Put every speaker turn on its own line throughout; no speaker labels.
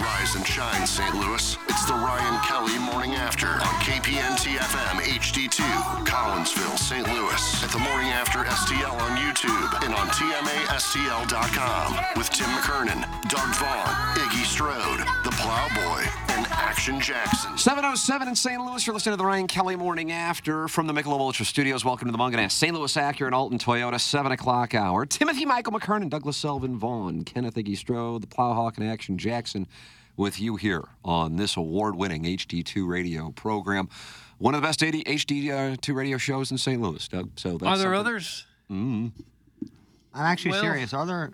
Rise and shine, St. Louis. It's the Ryan Kelly Morning After on KPNT FM HD2, Collinsville, St. Louis. At the Morning After STL on YouTube and on TMASTL.com with Tim McKernan, Doug Vaughn, Iggy Strode, The Plowboy, and Action Jackson.
707 in St. Louis, you're listening to the Ryan Kelly Morning After from the Michelob Ultra Studios. Welcome to the Munganess. St. Louis Acura and Alton Toyota, 7 o'clock hour. Timothy Michael McKernan, Douglas Selvin Vaughn, Kenneth Iggy Strode, the Plowhawk and Action Jackson with you here on this award-winning HD2 radio program. One of the best HD2 uh, radio shows in St. Louis, Doug. So that's
Are there
something-
others?
I'm actually
Well,
serious. Are there?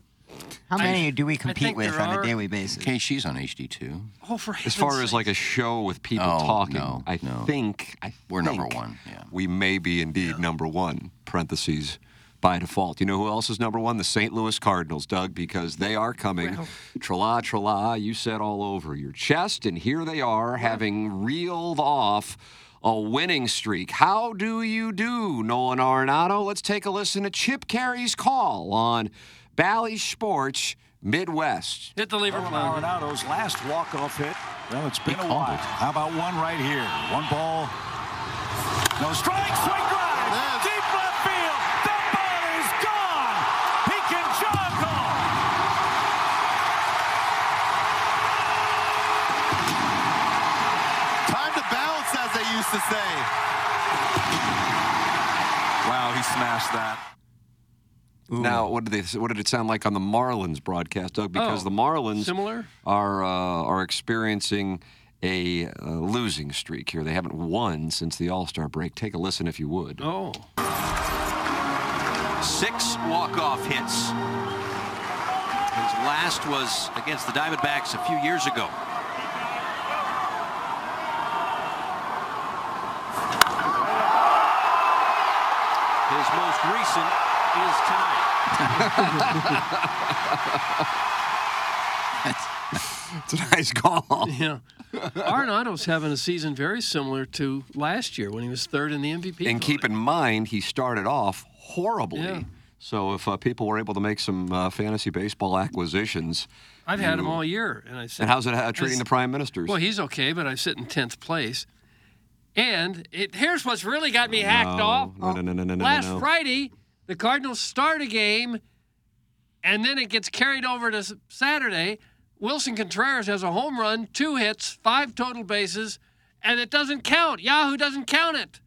How many do we compete
think
with
there
on
are-
a daily basis?
Okay, she's on HD2.
Oh, for
As
heaven's
far as
sake.
like a show with people
Oh,
talking,
no,
I
no.
think I
We're number
think
one, yeah.
we may be indeed number one. Parentheses by default. You know who else is number one? The St. Louis Cardinals, Doug, because they are coming. Tra-la, tra-la, you said all over your chest, and here they are having reeled off a winning streak. How do you do, Nolan Arenado? Let's take a listen to Chip Carey's call on Bally Sports Midwest.
Hit the lever plug.
Arenado's last walk-off hit. Well, it's been a
called
while.
it.
How about one right here? One ball. No strike, swing drive, deep left field. That ball is gone. He can jog home.
Time to bounce, as they used to say. Wow, he smashed that.
Now, what did they? What did it sound like on the Marlins broadcast, Doug? Because
Oh,
the Marlins
similar?
are uh, are experiencing a uh, losing streak here. They haven't won since the All Star break. Take a listen, if you would.
Oh.
Six walk-off hits. His last was against the Diamondbacks a few years ago. His most recent is tonight.
Oh.
It's a nice call.
Yeah. Arenado's having a season very similar to last year when he was third in the MVP.
and keep
voting.
in mind, he started off horribly.
Yeah.
So if uh, people were able to make some uh, fantasy baseball acquisitions,
I've had him
you-
all year, and I said.
And how's it uh, treating
It's-
the prime ministers?
Well, he's okay, but I sit in tenth place. And it, here's what's really got me hacked off.
no, no, no, no, no, no,
Last
no.
Friday, the Cardinals start a game, and then it gets carried over to s- Saturday. Wilson Contreras has a home run, two hits, five total bases, and it doesn't count. Yahoo doesn't count it.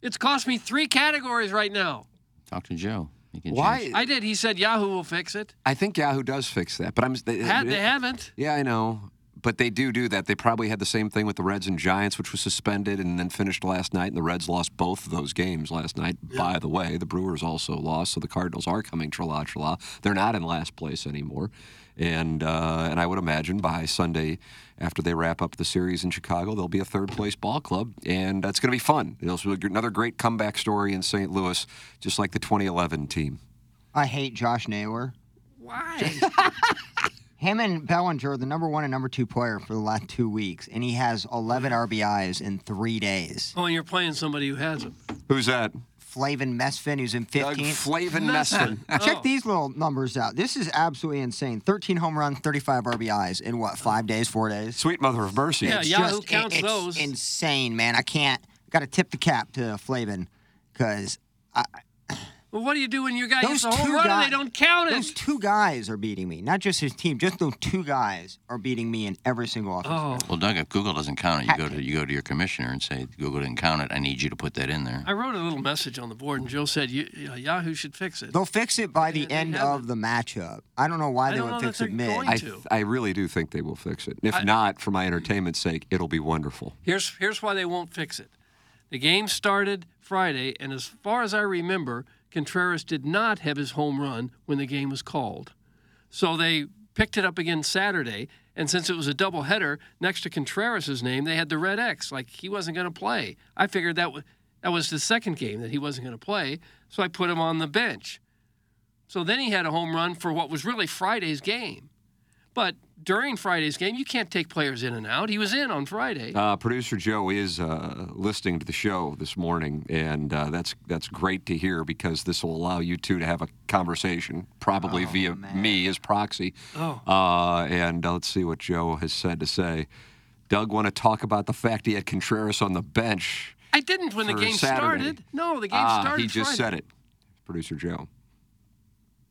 It's cost me three categories right now.
Talk to Joe. He can
Why?
change-
I did. He said Yahoo will fix it.
I think Yahoo does fix that, but I'm. They,
Had they haven't.
Yeah, I know. But they do do that. They probably had the same thing with the Reds and Giants, which was suspended and then finished last night. And the Reds lost both of those games last night. By the way, the Brewers also lost, so the Cardinals are coming tra-la, tra-la. They're not in last place anymore. And uh, and I would imagine by Sunday, after they wrap up the series in Chicago, they'll be a third place ball club, and that's going to be fun. It'll be another great comeback story in St. Louis, just like the 2011 team.
I hate Josh Naylor.
Why?
Him and Bellinger are the number one and number two player for the last two weeks, and he has 11 RBIs in three days.
oh, and you're playing somebody who hasn't.
Who's that?
Flavin Mesfin, who's in
Doug
15th.
Flavin Messon.
Oh.
Check these little numbers out. This is absolutely insane. 13 home runs, 35 RBIs in what, five days, four days?
Sweet mother of mercy.
Uh, Yeah,
It's
Yahoo
just-
counts
it's
those.
insane, man. I can't. Got to tip the cap to Flavin because
Well, what do you do when your guy
Those
hits a home
two
run
guy-
and they don't count
Those
it?
two guys are beating me. Not just his team. Just those two guys are beating me in every single offense.
Oh,
Well, Doug, if Google doesn't count it, you go to you go to your commissioner and say Google didn't count it. I need you to put that in there.
I wrote a little message on the board, and Joe said you, you know, Yahoo should fix it.
They'll fix it by the
they
end
haven't.
of the matchup. I don't know why
I
they
don't
would
know that
fix it
they're
mid.
going
I,
to. too.
I really do think they will fix it. If not, for my entertainment's sake, it'll be wonderful.
Here's here's why they won't fix it. The game started Friday, and as far as I remember, Contreras did not have his home run when the game was called. So they picked it up again Saturday, and since it was a doubleheader next to Contreras' name, they had the red X, like he wasn't going to play. I figured that was that was the second game that he wasn't going to play, so I put him on the bench. So then he had a home run for what was really Friday's game. But during Friday's game, you can't take players in and out. He was in on Friday.
Uh, Producer Joe is uh, listening to the show this morning, and uh, that's that's great to hear because this will allow you two to have a conversation, probably
Oh,
via me as proxy. Oh. Uh, and uh, let's see what Joe has said to say. Doug, want to talk about the fact he had Contreras on the bench?
I didn't when the
for
game
Saturday.
started. No, the game
ah,
started.
He
Friday.
just said it. Producer Joe.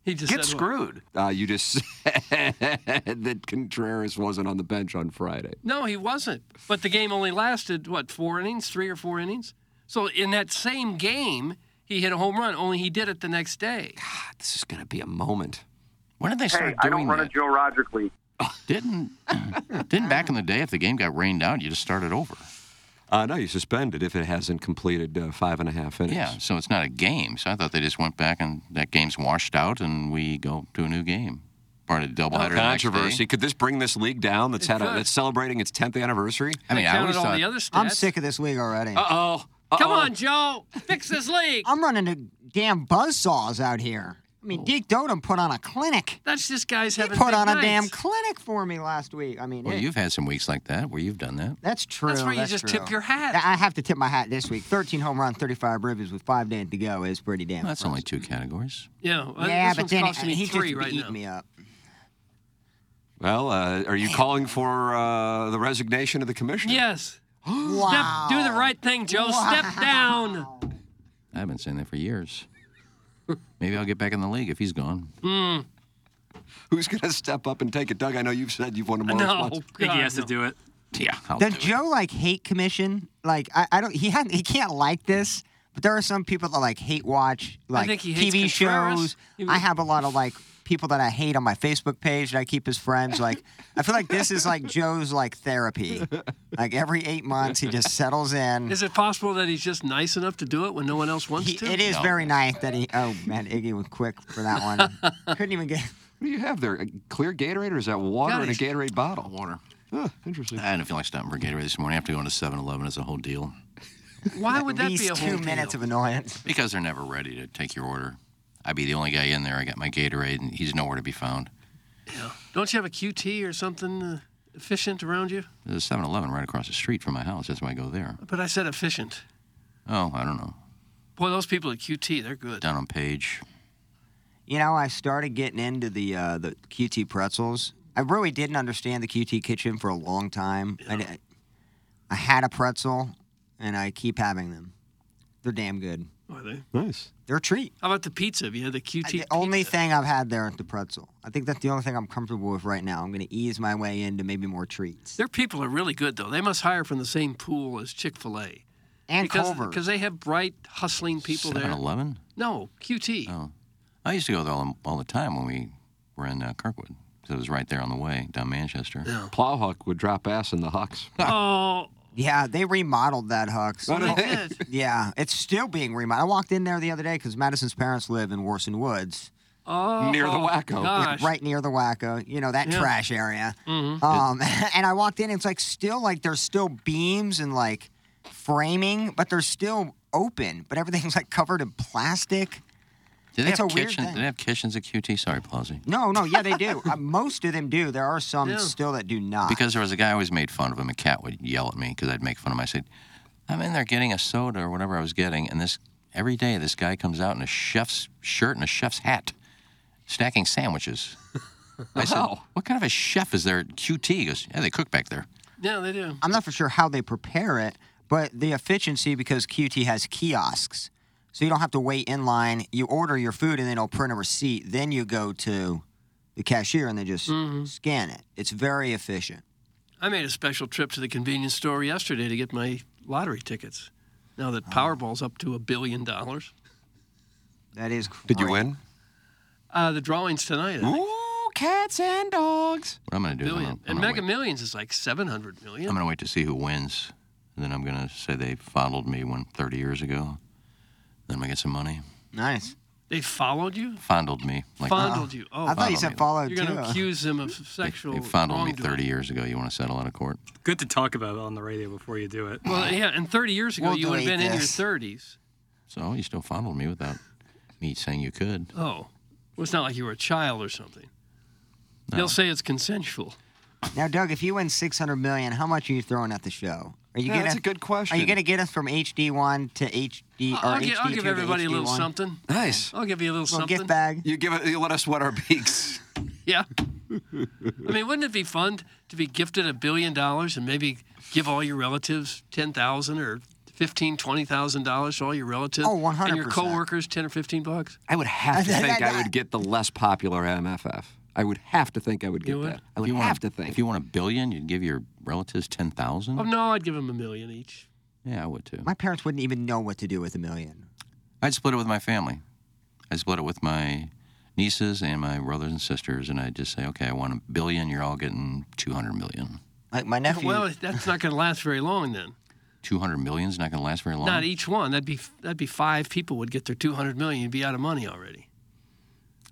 He just
Get
said what?
screwed.
Uh, you just said that Contreras wasn't on the bench on Friday.
No, he wasn't. But the game only lasted what four innings, three or four innings. So in that same game, he hit a home run. Only he did it the next day.
This is going to be a moment.
When did they start
I
doing
don't run
that?
a Joe Rogers league.
Didn't didn't back in the day if the game got rained out, you just started over.
Uh, no, you suspend it if it hasn't completed uh, five and a half innings.
Yeah, so it's not a game. So I thought they just went back and that game's washed out and we go to a new game. Part of the doubleheader. the next day.
Oh, Controversy. Could this bring this league down? That's had a,
could.
that's celebrating its 10th anniversary.
I mean,
They
I always
counted all
thought
the other stats.
I'm sick of this league already.
Uh oh.
Come on, Joe, fix this league.
I'm running to damn buzzsaws out here. I mean, Deke Dotem put on a clinic.
That's just guys
He
having
put
Oh. big
on a damn
nights.
clinic for me last week. I mean,
Well,
it-
you've had some weeks like that where you've done that.
that's true.
where you just tip
true.
your hat.
I I have to tip my hat this week. 13 home runs, 35 ribbies with five days to go is pretty damn.
Well, that's only
impressive.
two categories.
yeah, well,
Yeah,
this
but
one's
then
costing me
he
three
just
right
beat
now.
me up.
Well, uh, are you calling for uh, the resignation of the commissioner?
Yes.
Wow.
Step, do the right thing, Joe. Step down.
I've been saying that for years. Maybe I'll get back in the league if he's gone.
Who's going to step up and take it, Doug? I know you've said you've wanted more
No,
response.
I think
God,
he has
no.
to do it.
Yeah, I'll
Does
do it.
Joe like hate commission? Like I, I don't. He had, he can't like this. But there are some people that like hate watch like
think he hates
TV
Contreras.
shows.
He-
I have a lot of like people that I hate on my Facebook page that I keep as friends. Like I feel like this is like Joe's like therapy. Like every eight months he just settles in.
Is it possible that he's just nice enough to do it when no one else wants
He,
to?
it is very nice that he. Oh man, Iggy was quick for that one. Couldn't even get.
What do you have there? A clear Gatorade or is that water
God,
in a
he's-
Gatorade bottle?
Water.
Huh, interesting.
I don't feel like stopping for Gatorade this morning. I have to go into 7 Eleven. It's a whole deal.
Why would
at
that
least
be a whole
two minutes
deal?
of annoyance.
Because they're never ready to take your order. I'd be the only guy in there. I got my Gatorade, and he's nowhere to be found.
Don't you have a QT or something uh, efficient around you?
There's a 7 Eleven right across the street from my house. That's why I go there.
But I said efficient.
Oh, I don't know.
Boy, those people at QT, they're good.
Down on page.
You know, I started getting into the uh, the QT pretzels. I really didn't understand the QT kitchen for a long time. I, di- I had a pretzel, and I keep having them. They're damn good.
Are they?
Nice.
They're a treat.
How about the pizza? Have you had the QT?
The only
pizza?
thing I've had there is the pretzel. I think that's the only thing I'm comfortable with right now. I'm going to ease my way into maybe more treats.
Their people are really good, though. They must hire from the same pool as Chick fil A.
And
Because
Culver's.
because they have bright, hustling people
7
there.
Eleven?
No, QT.
Oh. I used to go there all, all the time when we were in uh, Kirkwood. So it was right there on the way down Manchester.
Plowhawk would drop ass in the Hawks.
Oh,
yeah, they remodeled that Hucks.
Oh, no.
they did.
Yeah, it's still being remodeled. I walked in there the other day because Madison's parents live in Warson Woods.
Oh,
Near the wacko.
Gosh.
right near the Waco, you know, that
Yeah. Mm-hmm.
trash area. Um, and I walked in, and it's like still like there's still beams and like framing, but they're still open, but everything's like covered in plastic.
Did they
It's
have
a weird
kitchen-
thing.
Did they have kitchens at QT? Sorry, Plowsy.
No, no, yeah, they do. uh, most of them do. There are some
Yeah.
still that do not.
Because there was a guy I always made fun of him. A cat would yell at me because I'd make fun of him. I said, I'm in there getting a soda or whatever I was getting, and this every day this guy comes out in a chef's shirt and a chef's hat, stacking sandwiches. I said, What kind of a chef is there at QT? He goes, Yeah, they cook back there.
Yeah, they do.
I'm not for sure how they prepare it, but the efficiency because QT has kiosks. So you don't have to wait in line. You order your food and then it'll print a receipt. Then you go to the cashier and they just
Mm-hmm.
scan it. It's very efficient.
I made a special trip to the convenience store yesterday to get my lottery tickets. Now that Powerball's up to a billion dollars.
That is.
Did you
great.
win?
Uh, the drawings tonight. I think.
Ooh, Oh, cats and dogs.
What I'm going to do is I'm
billion.
gonna- I'm
and
going
Mega
to wait.
Millions is like 700 million.
I'm going to wait to see who wins. And then I'm going to say they fondled me when 30 years ago. Then I'm going to get some money.
Nice.
they followed you?
Fondled me. Like,
fondled you. Oh,
uh, I thought you
Follow me.
said followed
you're going to
too.
accuse them of
They,
sexual
they fondled me
wrongdoing.
30 years ago. You want to settle out of court?
Good to talk about it on the radio before you do it.
Well, yeah, and 30 years ago,
We'll
you would have
delete
been
this.
in your 30s.
So you still fondled me without me saying you could.
Oh. Well, it's not like you were a child or something. They'll say it's consensual.
Now, Doug, if you win six hundred million, how much are you throwing at the show? Are you
Yeah,
gonna,
that's a good question.
Are you going to get us from HD one to HD or
I'll, I'll
HD
gi- I'll give
two to
everybody a little
HD1?
something.
Nice.
I'll give you a little
Little
something.
gift bag.
You give it. You let us wet our beaks.
Yeah. I mean, wouldn't it be fun to be gifted a billion dollars and maybe give all your relatives ten thousand or fifteen, twenty thousand dollars to all your relatives?
Oh,
And your
100%.
coworkers ten or fifteen bucks.
I would have to
That-
think
that-
I would get the less popular MFF. I would have to think I would get
would?
that.
If
I would
you want
have
a-
to think.
If you want a billion, you'd give your relatives 10,000?
Oh no, I'd give them a million each.
Yeah, I would too.
My parents wouldn't even know what to do with a million.
I'd split it with my family. I'd split it with my nieces and my brothers and sisters, and I'd just say, okay, I want a billion. You're all getting 200 million.
Like my nephew.
Well, that's not going to last very long then.
200 million's not going to last very long.
Not e-, each one. That'd be that'd be five people would get their two hundred million. You'd be out of money already.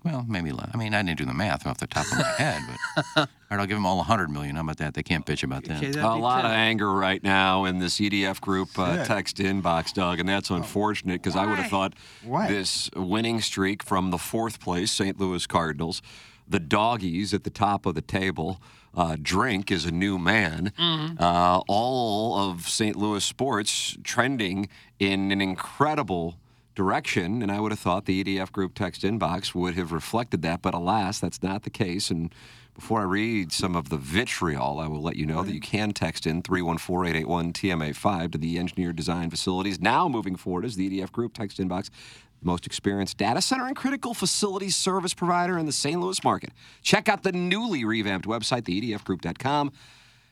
well, maybe less. I mean, I didn't do the math off the top of my head, but all right, I'll give them all 100 million. How about that? They can't bitch about that.
Okay, that'd
a
be
lot of
10.
anger right now in this EDF group uh, text inbox, Doug, and that's unfortunate because I would have thought
Oh. Why?
this winning streak from the fourth place St. Louis Cardinals, the doggies at the top of the table, uh, Drink is a new man, uh, all of St. Louis sports trending in an incredible direction and i would have thought the edf group text inbox would have reflected that but alas that's not the case and before i read some of the vitriol i will let you know that you can text in 314-881-tma5 to the engineer design facilities now moving forward is the edf group text inbox the most experienced data center and critical facilities service provider in the st louis market check out the newly revamped website E theedfgroup.com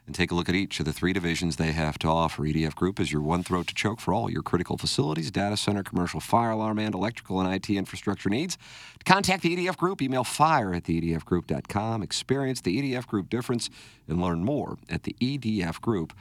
and take a look at each of the three divisions they have to offer. EDF Group is your one throat to choke for all your critical facilities, data center, commercial fire alarm, and electrical and IT infrastructure needs. To contact the EDF Group, email fire at E theedfgroup.com. Experience the EDF Group difference and learn more at the EDF Group.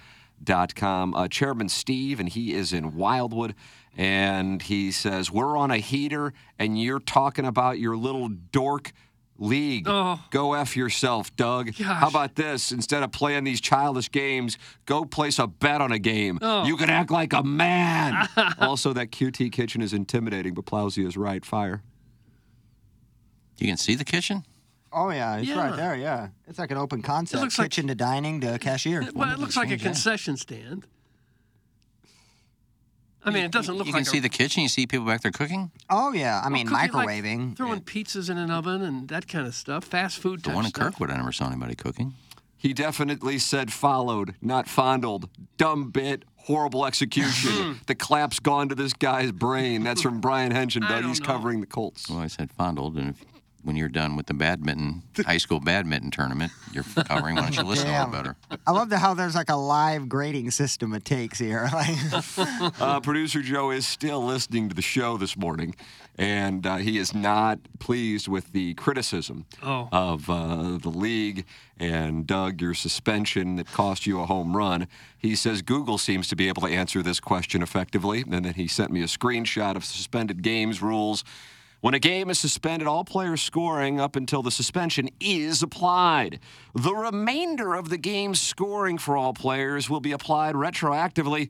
Dot com. Uh, Chairman Steve, and he is in Wildwood, and he says, We're on a heater, and you're talking about your little dork league.
Oh.
Go F yourself, Doug. How about this? Instead of playing these childish games, go place a bet on a game.
Oh.
You can act like a man. also, that QT kitchen is intimidating, but Plowsy is right. Fire.
You can see the kitchen?
oh yeah, it's
Yeah.
right there. Yeah, it's like an open concept.
looks like-
Kitchen to dining to cashier.
Well, it looks like a concession stand. I mean, it doesn't look
you
like
can see
a
the kitchen. You see people back there cooking.
Oh yeah, I mean
cooking, like,
microwaving.
throwing pizzas in an oven and that kind of stuff. Fast food.
The
Type
one in
stuff.
Kirkwood, I never saw anybody cooking.
He definitely said followed, not fondled. Dumb bit, horrible execution. the clap's gone to this guy's brain. That's from Brian Henson, Doug.
don't
He's
know.
covering the Colts.
Well, I said fondled, and if, when you're done with the badminton, high school badminton tournament, you're covering. Why don't you listen a little better?
I love the how there's like a live grading system it takes here. Like,
Uh, producer Joe is still listening to the show this morning, and uh, he is not pleased with the criticism
Oh.
of uh, the league and Doug, your suspension that cost you a home run. He says Google seems to be able to answer this question effectively, and then he sent me a screenshot of suspended games rules. When a game is suspended, all players scoring up until the suspension is applied. The remainder of the game's scoring for all players will be applied retroactively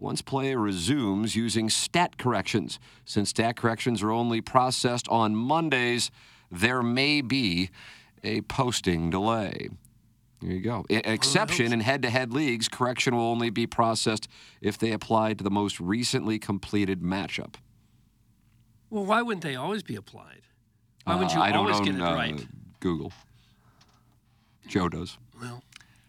once play resumes using stat corrections. Since stat corrections are only processed on Mondays, there may be a posting delay. There you go. E- Exception in head to head leagues, correction will only be processed if they apply to the most recently completed matchup.
Well, why wouldn't they always be applied? Why wouldn't
Uh,
you
I don't
always
own,
get it
uh,
right?
Google. Joe does.
Well,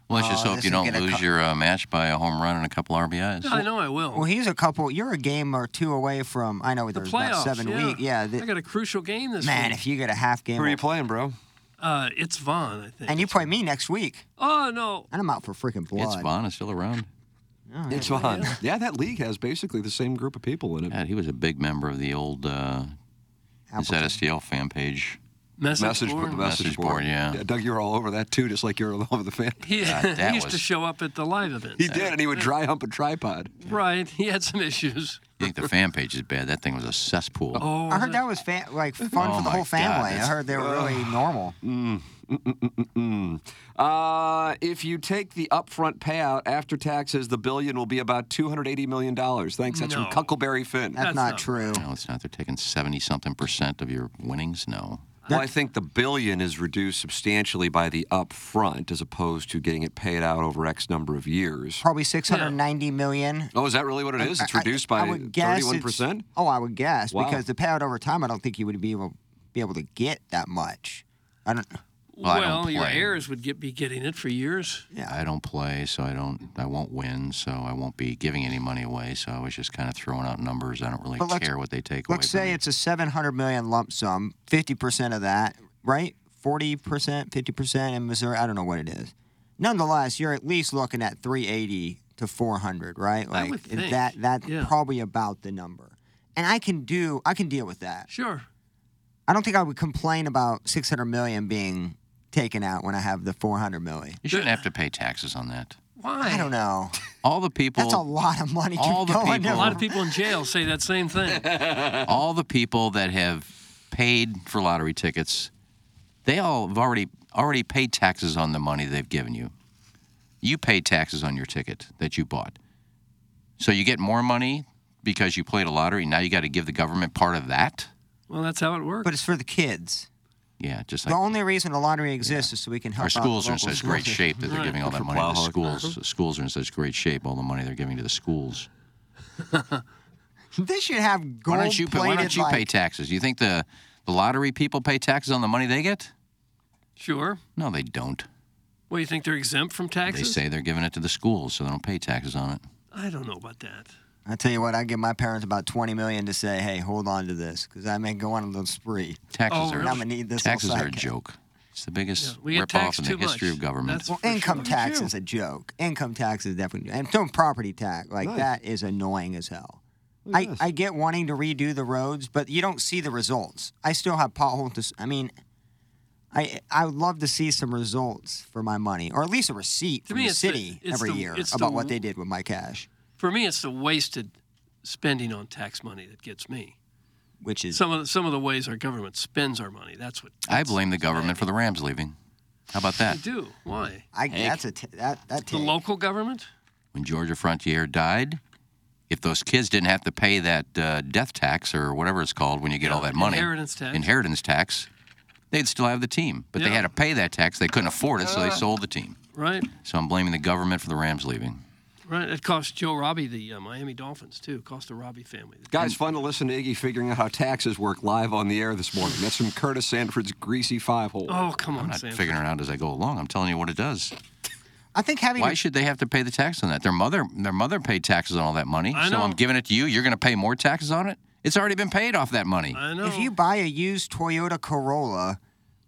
let's just
Oh,
hope
this
you
will
don't
get a
lose
cou-
your uh, match by a home run and a couple RBIs.
I know I will.
Well, he's a couple. You're a game or two away from. I know
the
there's
playoffs.
about seven
yeah.
week. Yeah, the-
I got a crucial game this
man,
week.
if you get a half game,
Who are you playing, bro?
uh, it's Vaughn, I think.
and you play me next week,
oh no,
and I'm out for freaking blood.
It's Vaughn is still around. Oh,
All
It's
right.
on. Yeah, that league has basically the same group of people in it.
God, he was a big member of the old uh,
Appleton.
ZSTL fan page.
message,
Message board.
board.
Message
Message
board.
board, yeah.
Doug, you were all over that too, just like you were all over the fan.
He,
God,
he
that
used to
was-
show up at the live event.
He did, and he would dry hump a tripod.
Right, he had some issues.
You think the fan page is bad? That thing was a cesspool.
Oh,
I heard that was fa- like fun
Oh
for the
my
whole
God,
family. I
that's-
heard they were really normal.
Mm. Uh, if you take the upfront payout after taxes, the billion will be about two hundred eighty million dollars. Thanks. That's
No.
from Cuckleberry Finn.
That's,
That's
not,
not
true.
No, it's not. They're taking 70 something percent of your winnings. No.
well, I think the billion is reduced substantially by the upfront, as opposed to getting it paid out over X number of years.
Probably six hundred ninety million.
Oh, is that really what it is? It's
I- I-
reduced
I
by
would guess
thirty-one
it's-
percent.
Oh, I would guess
Wow.
because the payout over time, I don't think you would be able be able to get that much. I don't.
Well, I don't
well, your
play.
heirs would get be getting it for years.
I don't play, so I don't. I won't win, so I won't be giving any money away. So I was just kind of throwing out numbers. I don't really
But let's-
care what they take
Let's
away.
say it's a seven hundred million lump sum. Fifty percent of that, right? Forty percent, fifty percent in Missouri. I don't know what it is. Nonetheless, you're at least looking at three eighty to four hundred, right? Like
would think.
that. That's
Yeah.
probably about the number. And I can do. I can deal with that.
Sure.
I don't think I would complain about 600 million being taken out when I have the 400 million.
You shouldn't have to pay taxes on that.
Why?
I don't know.
All the people.
That's a lot of money. to
all the
go in
people-
A lot of
there.
people in jail say that same thing.
all the people that have paid for lottery tickets, they all have already already paid taxes on the money they've given you. You paid taxes on your ticket that you bought. So you get more money because you played a lottery. Now you got to give the government part of that.
Well, that's how it works.
But it's for the kids.
Yeah, just
The
like
only reason the lottery exists is so we can help
our
Uh-huh.
out the
schools are in
local
such great
schools.
shape that they're giving all that money to the
Plowhawk.
schools. The schools are in such great shape, all the money they're giving to the schools.
They should have gold
Why don't you pay, why don't
plated,
you pay
like-
taxes? You think the, the lottery people pay taxes on the money they get?
sure.
No, they don't.
Well, you think they're exempt from
They
taxes?
say they're giving it to the schools, so they don't pay taxes on it.
I don't know about that.
I tell you what, I give my parents about 20 million to say, hey, hold on to this because I may go on a little spree.
Taxes
Oh,
are
And I'm going to need this little
taxes are a
side cut.
joke. It's the biggest
Yeah, we get
ripoff
taxed
in
too
the history
much.
of government.
That's
Well,
for
income
sure.
tax is a joke. Income tax is definitely, and some property tax like that is annoying as hell. I, I get wanting to redo the roads, but you don't see the results. I still have potholes. To, s- I mean, I I would love to see some results for my money, or at least a receipt
To
from
me,
the
it's the-
city
it's
every
the-
year
it's the
about what
w-
they did with my cash,
For me, it's the wasted spending on tax money that gets me.
which is
Some of the, some of the ways our government spends our money. That's what
I blame the government for the Rams leaving. How about
they
that?
do. Why?
I that's a t- that that
The
take.
local government?
When Georgia Frontier died, if those kids didn't have to pay that uh, death tax or whatever it's called when you get all that money,
Inheritance tax.
inheritance tax, they'd still have the team. But they
Yeah. Uh.
had to pay that tax. They couldn't afford it, so they sold the team.
right.
So I'm blaming the government for the Rams leaving.
Right. It cost Joe Robbie the uh, Miami Dolphins too. It cost the Robbie family.
Mm.
Guys, fun to listen to Iggy figuring out how taxes work live on the air this morning. That's from Curtis Sanford's Greasy Five Hole.
Oh come
I'm
on,
not
Sam.
figuring it out as I go along. I'm telling you what it does.
I think having
Why should they have to pay the tax on that? Their mother, their mother paid taxes on all that money.
I
so
know.
I'm giving it to you. You're going to pay more taxes on it. It's already been paid off that money.
I know.
if you buy a used Toyota Corolla,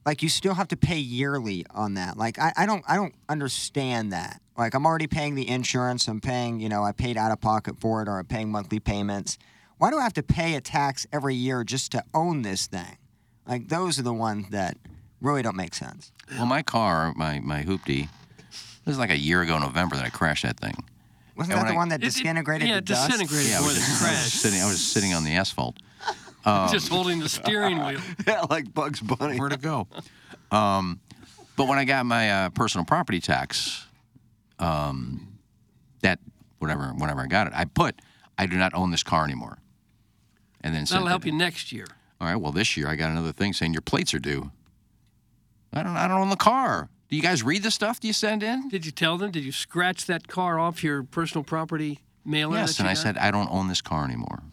like you still have to pay yearly on that. Like I, I don't I don't understand that. Like I'm already paying the insurance, I'm paying, you know, I paid out of pocket for it or I'm paying monthly payments. Why do I have to pay a tax every year just to own this thing? Like those are the ones that really don't make sense.
Well, my car, my my hoopty, it was like a year ago November that I crashed that thing. And
Wasn't that
when
the
I-
one that
It- it-
disintegrated
yeah,
the
it
dust?
disintegrated
Yeah, I
before
was,
the
just, I was
crash.
sitting. I was sitting on the asphalt.
just holding the steering wheel.
yeah, like Bugs Bunny.
Where to go? Um, but when I got my uh, personal property tax, um, that whatever whenever I got it, I put I do not own this car anymore. And then
That'll
sent
help
it-
you next year.
All right. Well, this year I got another thing saying your plates are due. I don't. I don't own the car. Do you guys read the stuff you send in?
Did you tell them? Did you scratch that car off your personal property mailer?
Yes.
that
And
you
I
got?
said I don't own this car anymore.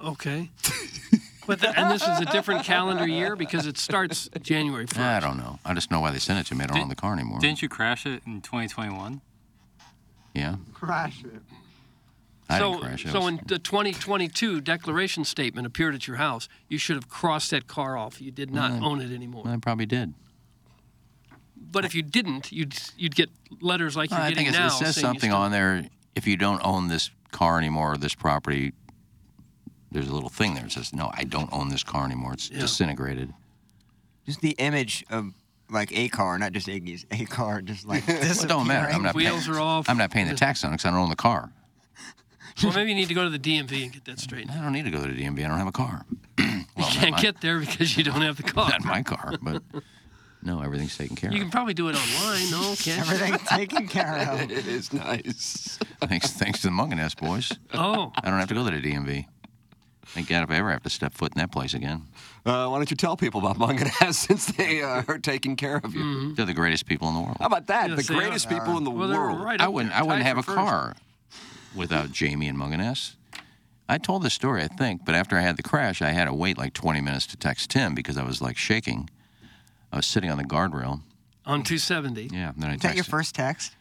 Okay. But the, and this is a different calendar year because it starts January 1st.
I don't know. I just know why they sent it to me. I don't own the car anymore.
Didn't you crash it in 2021?
Yeah.
Crash it.
I
so,
didn't crash it.
so
I was-
when the 2022 declaration statement appeared at your house, you should have crossed that car off. You did not
Mm.
own it anymore.
I probably did.
But if you didn't, you'd you'd get letters like you're
I
getting
think it's,
now.
it says
saying you
something
still-
on there. If you don't own this car anymore or this property, there's a little thing there that says, "No, I don't own this car anymore. It's disintegrated."
Just the image of like a car, not just Iggy's a car, just like
Well, it don't matter. I'm not
Wheels
paying,
are off.
I'm not paying the tax on it because I don't own the car.
Well, maybe you need to go to the DMV and get that straightened.
I don't need to go to the DMV. I don't have a car.
You
well, not
can't
my-
get there because you don't have the car.
not my car, but no, everything's taken care
You
of.
can probably do it online, no? Can't you?
Everything's taken care of.
It is nice.
Thanks, thanks to the Mungan S boys.
Oh,
I don't have to go to the DMV. Thank God if I ever have to step foot in that place again.
Uh, why don't you tell people about Munganess since they uh, are taking care of you?
Hmm.
They're the greatest people in the world.
How about that?
Yes,
the
they are.
greatest people in the
well, they were
world.
right
I
up
wouldn't.
there,
I wouldn't
tied
have a
for first.
car without Jamie and Munganess. I told this story, I think, but after I had the crash, I had to wait like 20 minutes to text Tim because I was like shaking. I was sitting on the guardrail.
on 270.
Yeah. and Then I
Is that your
texted-
first text?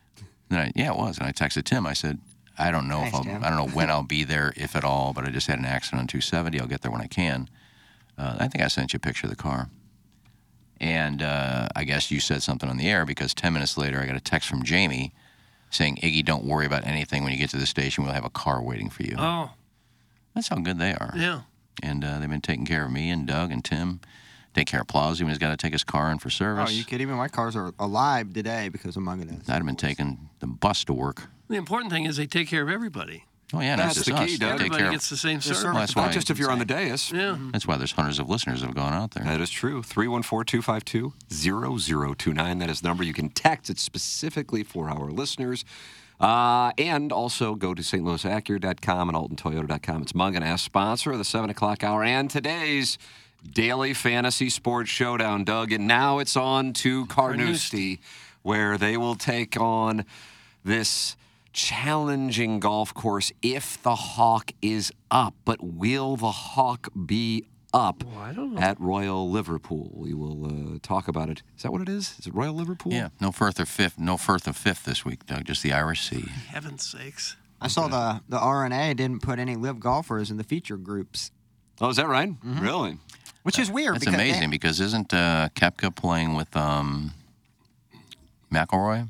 Then I, yeah, it was. And I texted Tim. I said, I don't know if
Thanks,
I'll,
Tim.
I don't know when I'll be there, if at all. But I just had an accident on 270. I'll get there when I can. Uh, I think I sent you a picture of the car. And uh, I guess you said something on the air because 10 minutes later, I got a text from Jamie saying, Iggy, don't worry about anything. When you get to the station, we'll have a car waiting for you.
Oh,
That's how good they are.
yeah.
And uh, they've been taking care of me and Doug and Tim. Take care of Plowsy when he's got to take his car in for
Oh,
service.
you kidding me? My cars are alive today because of Mungan S.
I'd have been taking the bus to work.
The important thing is they take care of everybody.
Oh, yeah, not
That's
just
the
us.
key,
They
Doug.
take
Everybody
care of
gets the same service.
Well, that's
Not
why-
just if you're on the dais.
Yeah.
Mm-hmm.
That's why there's hundreds of listeners that have gone out there.
Hmm. That is true. 314-252-0029. That is the number you can text. It's specifically for our listeners. Uh, and also go to stlouisacura.com and altontoyota.com. It's Mung and Ass, sponsor of the 7 o'clock hour and today's Daily Fantasy Sports Showdown, Doug. And now it's on to Carnoustie, where they will take on this challenging golf course if the hawk is up. But will the hawk be up at Royal Liverpool? We will uh, talk about it. Is that what it is? Is it Royal Liverpool?
Yeah, no further fifth, no further fifth this week, Doug. Just the Irish Sea.
Heaven's sakes.
I saw the the RNA didn't put any live golfers in the feature groups,
Oh, is that right?
Mm-hmm.
Really?
which is weird.
That's
because they-
amazing because isn't uh, Kepka playing with um, McElroy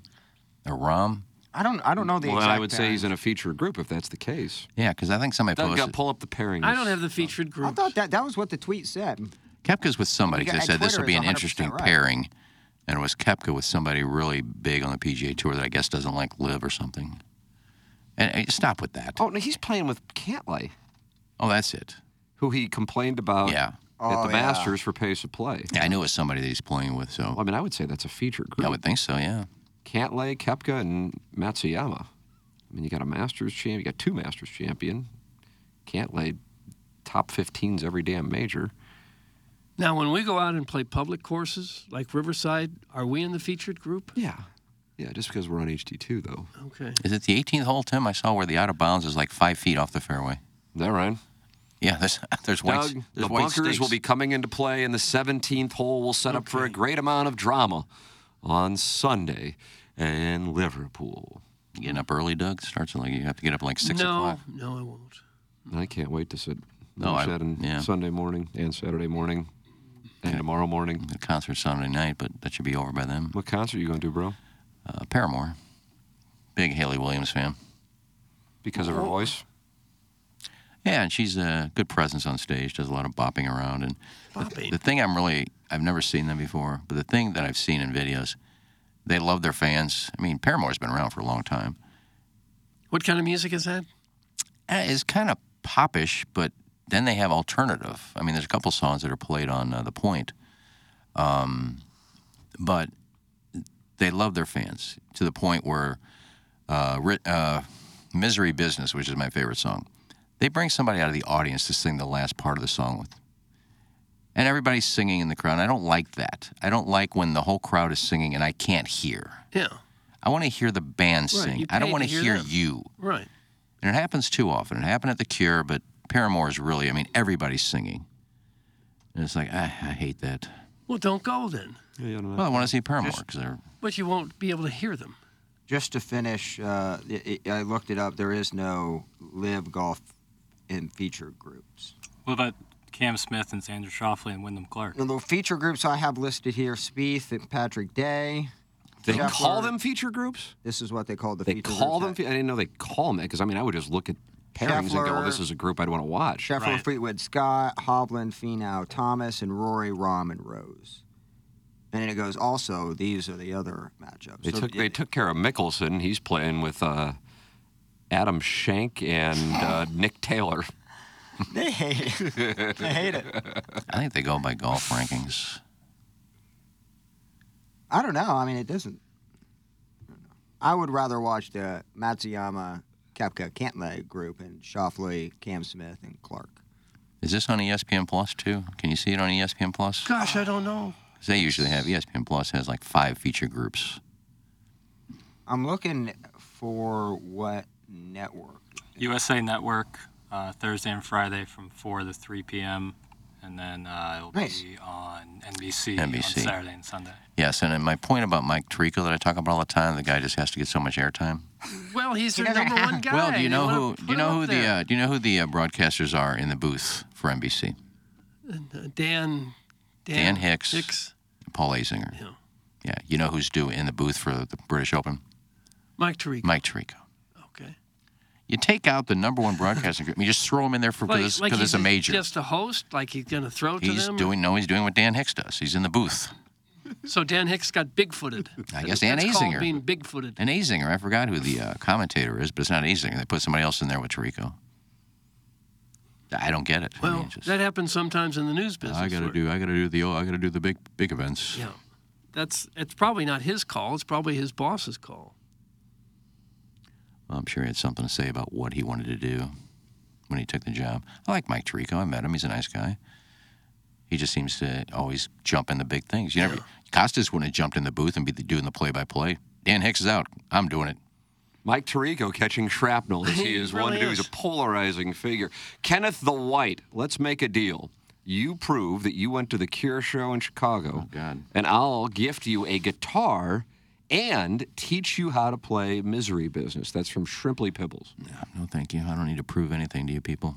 or Rom?
I don't I don't know the
Well,
exact.
I would say he's
pairings.
in a feature group if that's the case.
Yeah, because I think somebody
Doug, got
posted
pull up the pairings.
I don't have the featured group.
I thought that that was what the tweet said.
Kepka's with somebody. 'cause
Yeah,
They said this
Twitter
would be
is
an
100%
interesting
right.
pairing, and it was Kepka with somebody really big on the PGA Tour that I guess doesn't like live or something. And, and stop with that.
Oh, no, he's playing with Cantley,
Oh, that's it.
who he complained about
Yeah.
at
Oh,
the
yeah.
Masters for pace of play.
Yeah, I knew it was somebody that he's playing with. So
Well, I mean, I would say that's a feature group.
I would think so. Yeah.
Cantlay, Kepka, and Matsuyama. I mean, you got a Masters champ. You got two Masters champion. Cantlay, top 15s every damn major.
Now, when we go out and play public courses like Riverside, are we in the featured group?
Yeah, yeah. Just because we're on HD2 though.
Okay.
Is it the 18th hole, Tim? I saw where the out of bounds is like five feet off the fairway.
Is that right?
Yeah, there's there's white.
Doug,
there's
the
white
bunkers will be
stakes.
coming into play, and the 17th hole will set up for a great amount of drama on Sunday in Liverpool.
getting up early. Doug starts at like you have to get up at like six
no,
o'clock.
no, I won't.
I can't wait to sit.
No,
watch
I-
that on
yeah.
Sunday morning and Saturday morning and tomorrow morning.
The concert Sunday night, but that should be over by then.
What concert you going to do, bro?
Uh, Paramore, big Haley Williams fan.
Because of her voice?
Yeah, and she's a good presence on stage. Does a lot of bopping around, and the,
Bopping?
the thing I'm really I've never seen them before, but the thing that I've seen in videos, they love their fans. I mean, Paramore's been around for a long time.
What kind of music is that?
uh, is kind of popish, but then they have alternative. I mean, there's a couple songs that are played on uh, the point, um, but they love their fans to the point where uh, ri- uh, "Misery Business," which is my favorite song, they bring somebody out of the audience to sing the last part of the song with. And everybody's singing in the crowd. and I don't like that. I don't like when the whole crowd is singing and I can't hear.
Yeah,
I want to hear the band
Right,
sing.
you
I don't
paid
want to
to hear
hear
them.
you.
right.
And it happens too often. It happened at The Cure, but Paramore is really, I mean, everybody's singing. And it's like, "Ah, I, I hate that.
Well, don't go then.
Well, I want to see Paramore because they're
But you won't be able to hear them.
Just to finish, uh, i i I looked it up. There is no live golf in feature groups.
What about Cam Smith and Sandra Shoffley and Wyndham Clark?
The little feature groups I have listed here: Spieth and Patrick Day.
They
Scheffler.
call them feature groups?
This is what they call the
They
feature
call them.
groups.
fe- I didn't know they call them that because I mean I would just look at pairings and go, "Well,
Scheffler.
this is a group I'd want to watch."
Sheffield, Fleetwood, Scott, Hovland, Finau, Thomas, and Rory, Rahm, and Rose. And then it goes. Also, these are the other matchups.
They
So
took they took care of Mickelson. He's playing with uh, Adam Shank and uh, Nick Taylor.
They hate it. They hate it.
I think they go by golf rankings.
I don't know. I mean, it doesn't. I would rather watch the Matsuyama, Kepka, Cantlay group and Shoffley, Cam Smith, and Clark.
Is this on E ESPN Plus too? Can you see it on E ESPN Plus?
Gosh, I don't know.
'Cause they usually have E ESPN Plus has like five feature groups.
I'm looking for what network.
USA Network uh, Thursday and Friday from 4 to 3 p.m. And then uh, it'll
Nice.
be on NBC, on
NBC.
Saturday and Sunday.
Yes, and then my point about Mike Tirico that I talk about all the time, the guy just has to get so much airtime.
Well, he's their number one guy.
well, do
They
you know
wanna
who?
put
Do you
him
know
up
who the?
there.
Uh, do you know who the uh, broadcasters are in the booth for NBC?
Dan,
uh, Dan Hicks.
Hicks.
Paul Azinger.
Yeah.
Yeah, you know who's due in the booth for the British Open?
Mike Tirico.
Mike Tirico.
Okay.
You take out the number one broadcasting group. You just throw him in there for because it's
he's
a major.
Just a host, like he's gonna throw to
he's
them.
doing no, he's doing what Dan Hicks does. He's in the booth.
So Dan Hicks got big-footed.
I guess Dan
That's called
Azinger.
being big-footed.
And Azinger, I forgot who the uh, commentator is, but it's not Azinger. They put somebody else in there with Tirico. I don't get it. I mean,
Well,
it's just-
that happens sometimes in the news business.
I gotta
where-
do. I gotta do the. oh, I gotta do the big big events.
Yeah, that's it's probably not his call. It's probably his boss's call.
I'm sure he had something to say about what he wanted to do when he took the job. I like Mike Tirico. I met him. He's a nice guy. He just seems to always jump in the big things. You never Costas wouldn't have jumped in the booth and be the, doing the play by play. Dan Hicks is out. I'm doing it.
Mike Tirico catching shrapnel as he
He
is
really
one who is
is.
a polarizing figure. Kenneth the White, let's make a deal. You prove that you went to the Cure show in Chicago.
God.
And I'll gift you a guitar and teach you how to play Misery Business. That's from Shrimply Pibbles.
No, thank you. I don't need to prove anything to you people.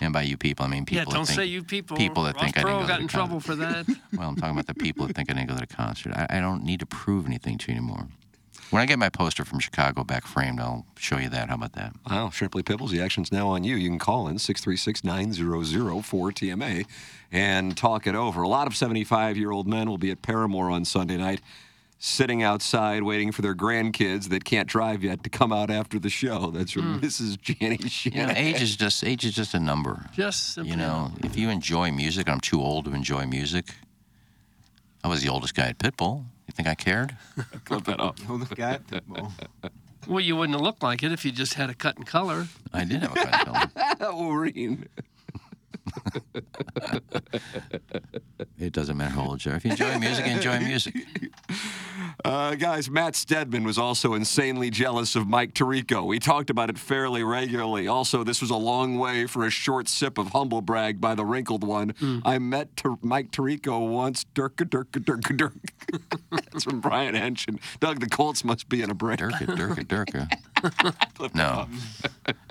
And by you people, I mean people.
yeah, don't
that think,
say you people.
People that
Ross
think I didn't
Perot
go
got
to
in
the con-
trouble for that.
Well, I'm talking about the people that think I didn't go to the concert. I, I don't need to prove anything to you anymore. When I get my poster from Chicago back framed, I'll show you that. How about that?
Wow, Shrimply Pibbles, the action's now on you. You can call in 636 900 tma and talk it over. A lot of 75 year old men will be at Paramore on Sunday night, sitting outside waiting for their grandkids that can't drive yet to come out after the show. That's from Mrs. Janie
You know,
Shannon.
age is just age is just a number.
Just simply.
You know, if you enjoy music, I'm too old to enjoy music. I was the oldest guy at Pitbull. You think I cared?
Clip that up.
Oh, look at Pitbull.
Well, you wouldn't have looked like it if you just had a cut and color.
I did have a cut color.
Maureen.
It doesn't matter how old you are. If you enjoy music, enjoy music.
Uh, guys, Matt Stedman was also insanely jealous of Mike Tirico. We talked about it fairly regularly. Also, this was a long way for a short sip of humble brag by the wrinkled one. I met Ter- Mike Tirico once. Dirk, dirk, dirk, dirk. That's from Brian Henshin. Doug, the Colts must be in a break.
Durka, Durka, Durka. No.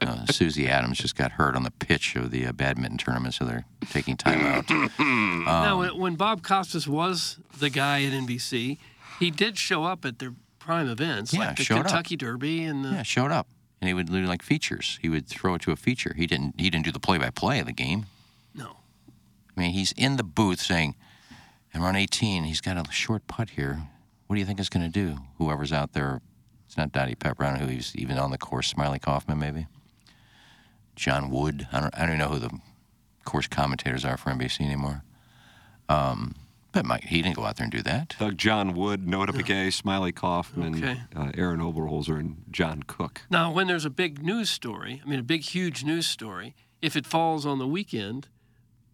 no. Susie Adams just got hurt on the pitch of the uh, badminton tournament, so they're taking time out. Um.
now, when, when Bob Costas was the guy at NBC, he did show up at their prime events,
Yeah,
like the
showed up.
Kentucky Derby and the.
Yeah, showed up. And he would do like features. He would throw it to a feature. He didn't he didn't do the play by play of the game.
No.
I mean, he's in the booth saying, and on 18, he's got a short putt here. What do you think it's going to do? Whoever's out there, it's not Dottie Pepper. I don't know who he's even on the course. Smiley Kaufman, maybe? John Wood. I don't, I don't even know who the course commentators are for NBC anymore. Um, but Mike, he didn't go out there and do that.
Doug, John Wood, Nota Begay, Smiley Kaufman,
Okay.
uh, Aaron Oberholzer, and John Cook.
Now, when there's a big news story, I mean, a big, huge news story, if it falls on the weekend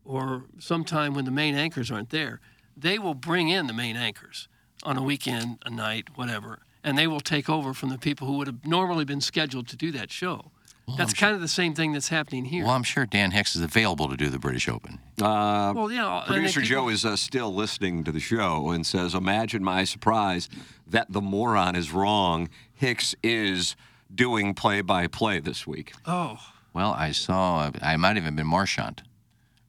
or sometime when the main anchors aren't there, they will bring in the main anchors on a weekend, a night, whatever, and they will take over from the people who would have normally been scheduled to do that show. that's kind of the same thing that's happening here.
Well, I'm sure Dan Hicks is available to do the British Open.
Uh,
Well, you know, and
producer
if you-
Joe is uh, still listening to the show and says, "Imagine my surprise that the moron is wrong. Hicks is doing play-by-play this week."
Oh,
Well, I saw, I might have even been Marchant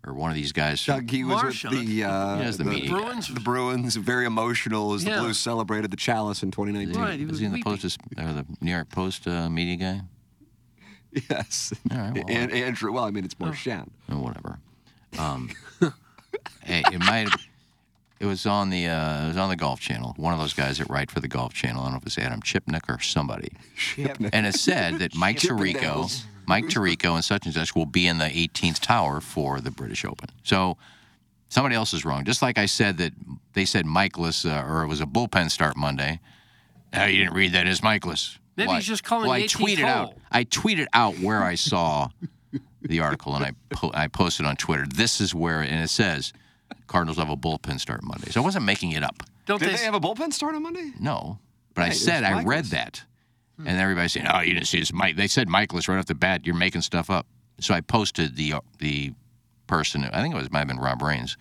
or one of these guys.
Doug, he was with the, uh,
He has the media guy.
Bruins.
the Bruins, very emotional as
Yeah.
the Blues celebrated the chalice in 2019.
Right, he
Was
was
he in the
weeping.
Post, or the New York Post uh, media guy?
Yes.
All right, well, Oh.
and Andrew, well, I mean, it's Marchand.
or whatever. Um, hey, it might. It was on the uh, it was on the Golf Channel. One of those guys that write for the Golf Channel. I don't know if it's Adam Chipnick or somebody. And it said that Mike Tirico,
Chippendales.
Mike Tirico, and such and such will be in the 18th tower for the British Open. So somebody else is wrong. Just like I said that they said Michaelis uh, or it was a bullpen start Monday. Oh, you didn't read that as Michaelis.
Maybe he's just calling
well,
the
I
18th
tweeted out.
hole.
I tweeted out where I saw the article and I po- I posted on Twitter. This is where and it says Cardinals have a bullpen start Monday. So I wasn't making it up.
don't
Did
they?
they have a bullpen start on Monday?
No, but I
Right, it
said
was
I read
Michaelis. Hmm.
that, and everybody's saying, "Oh, you didn't see this." Mike, they said Michaelis right off the bat. You're making stuff up. So I posted the uh, the person. I think it was might have been Rob Raines,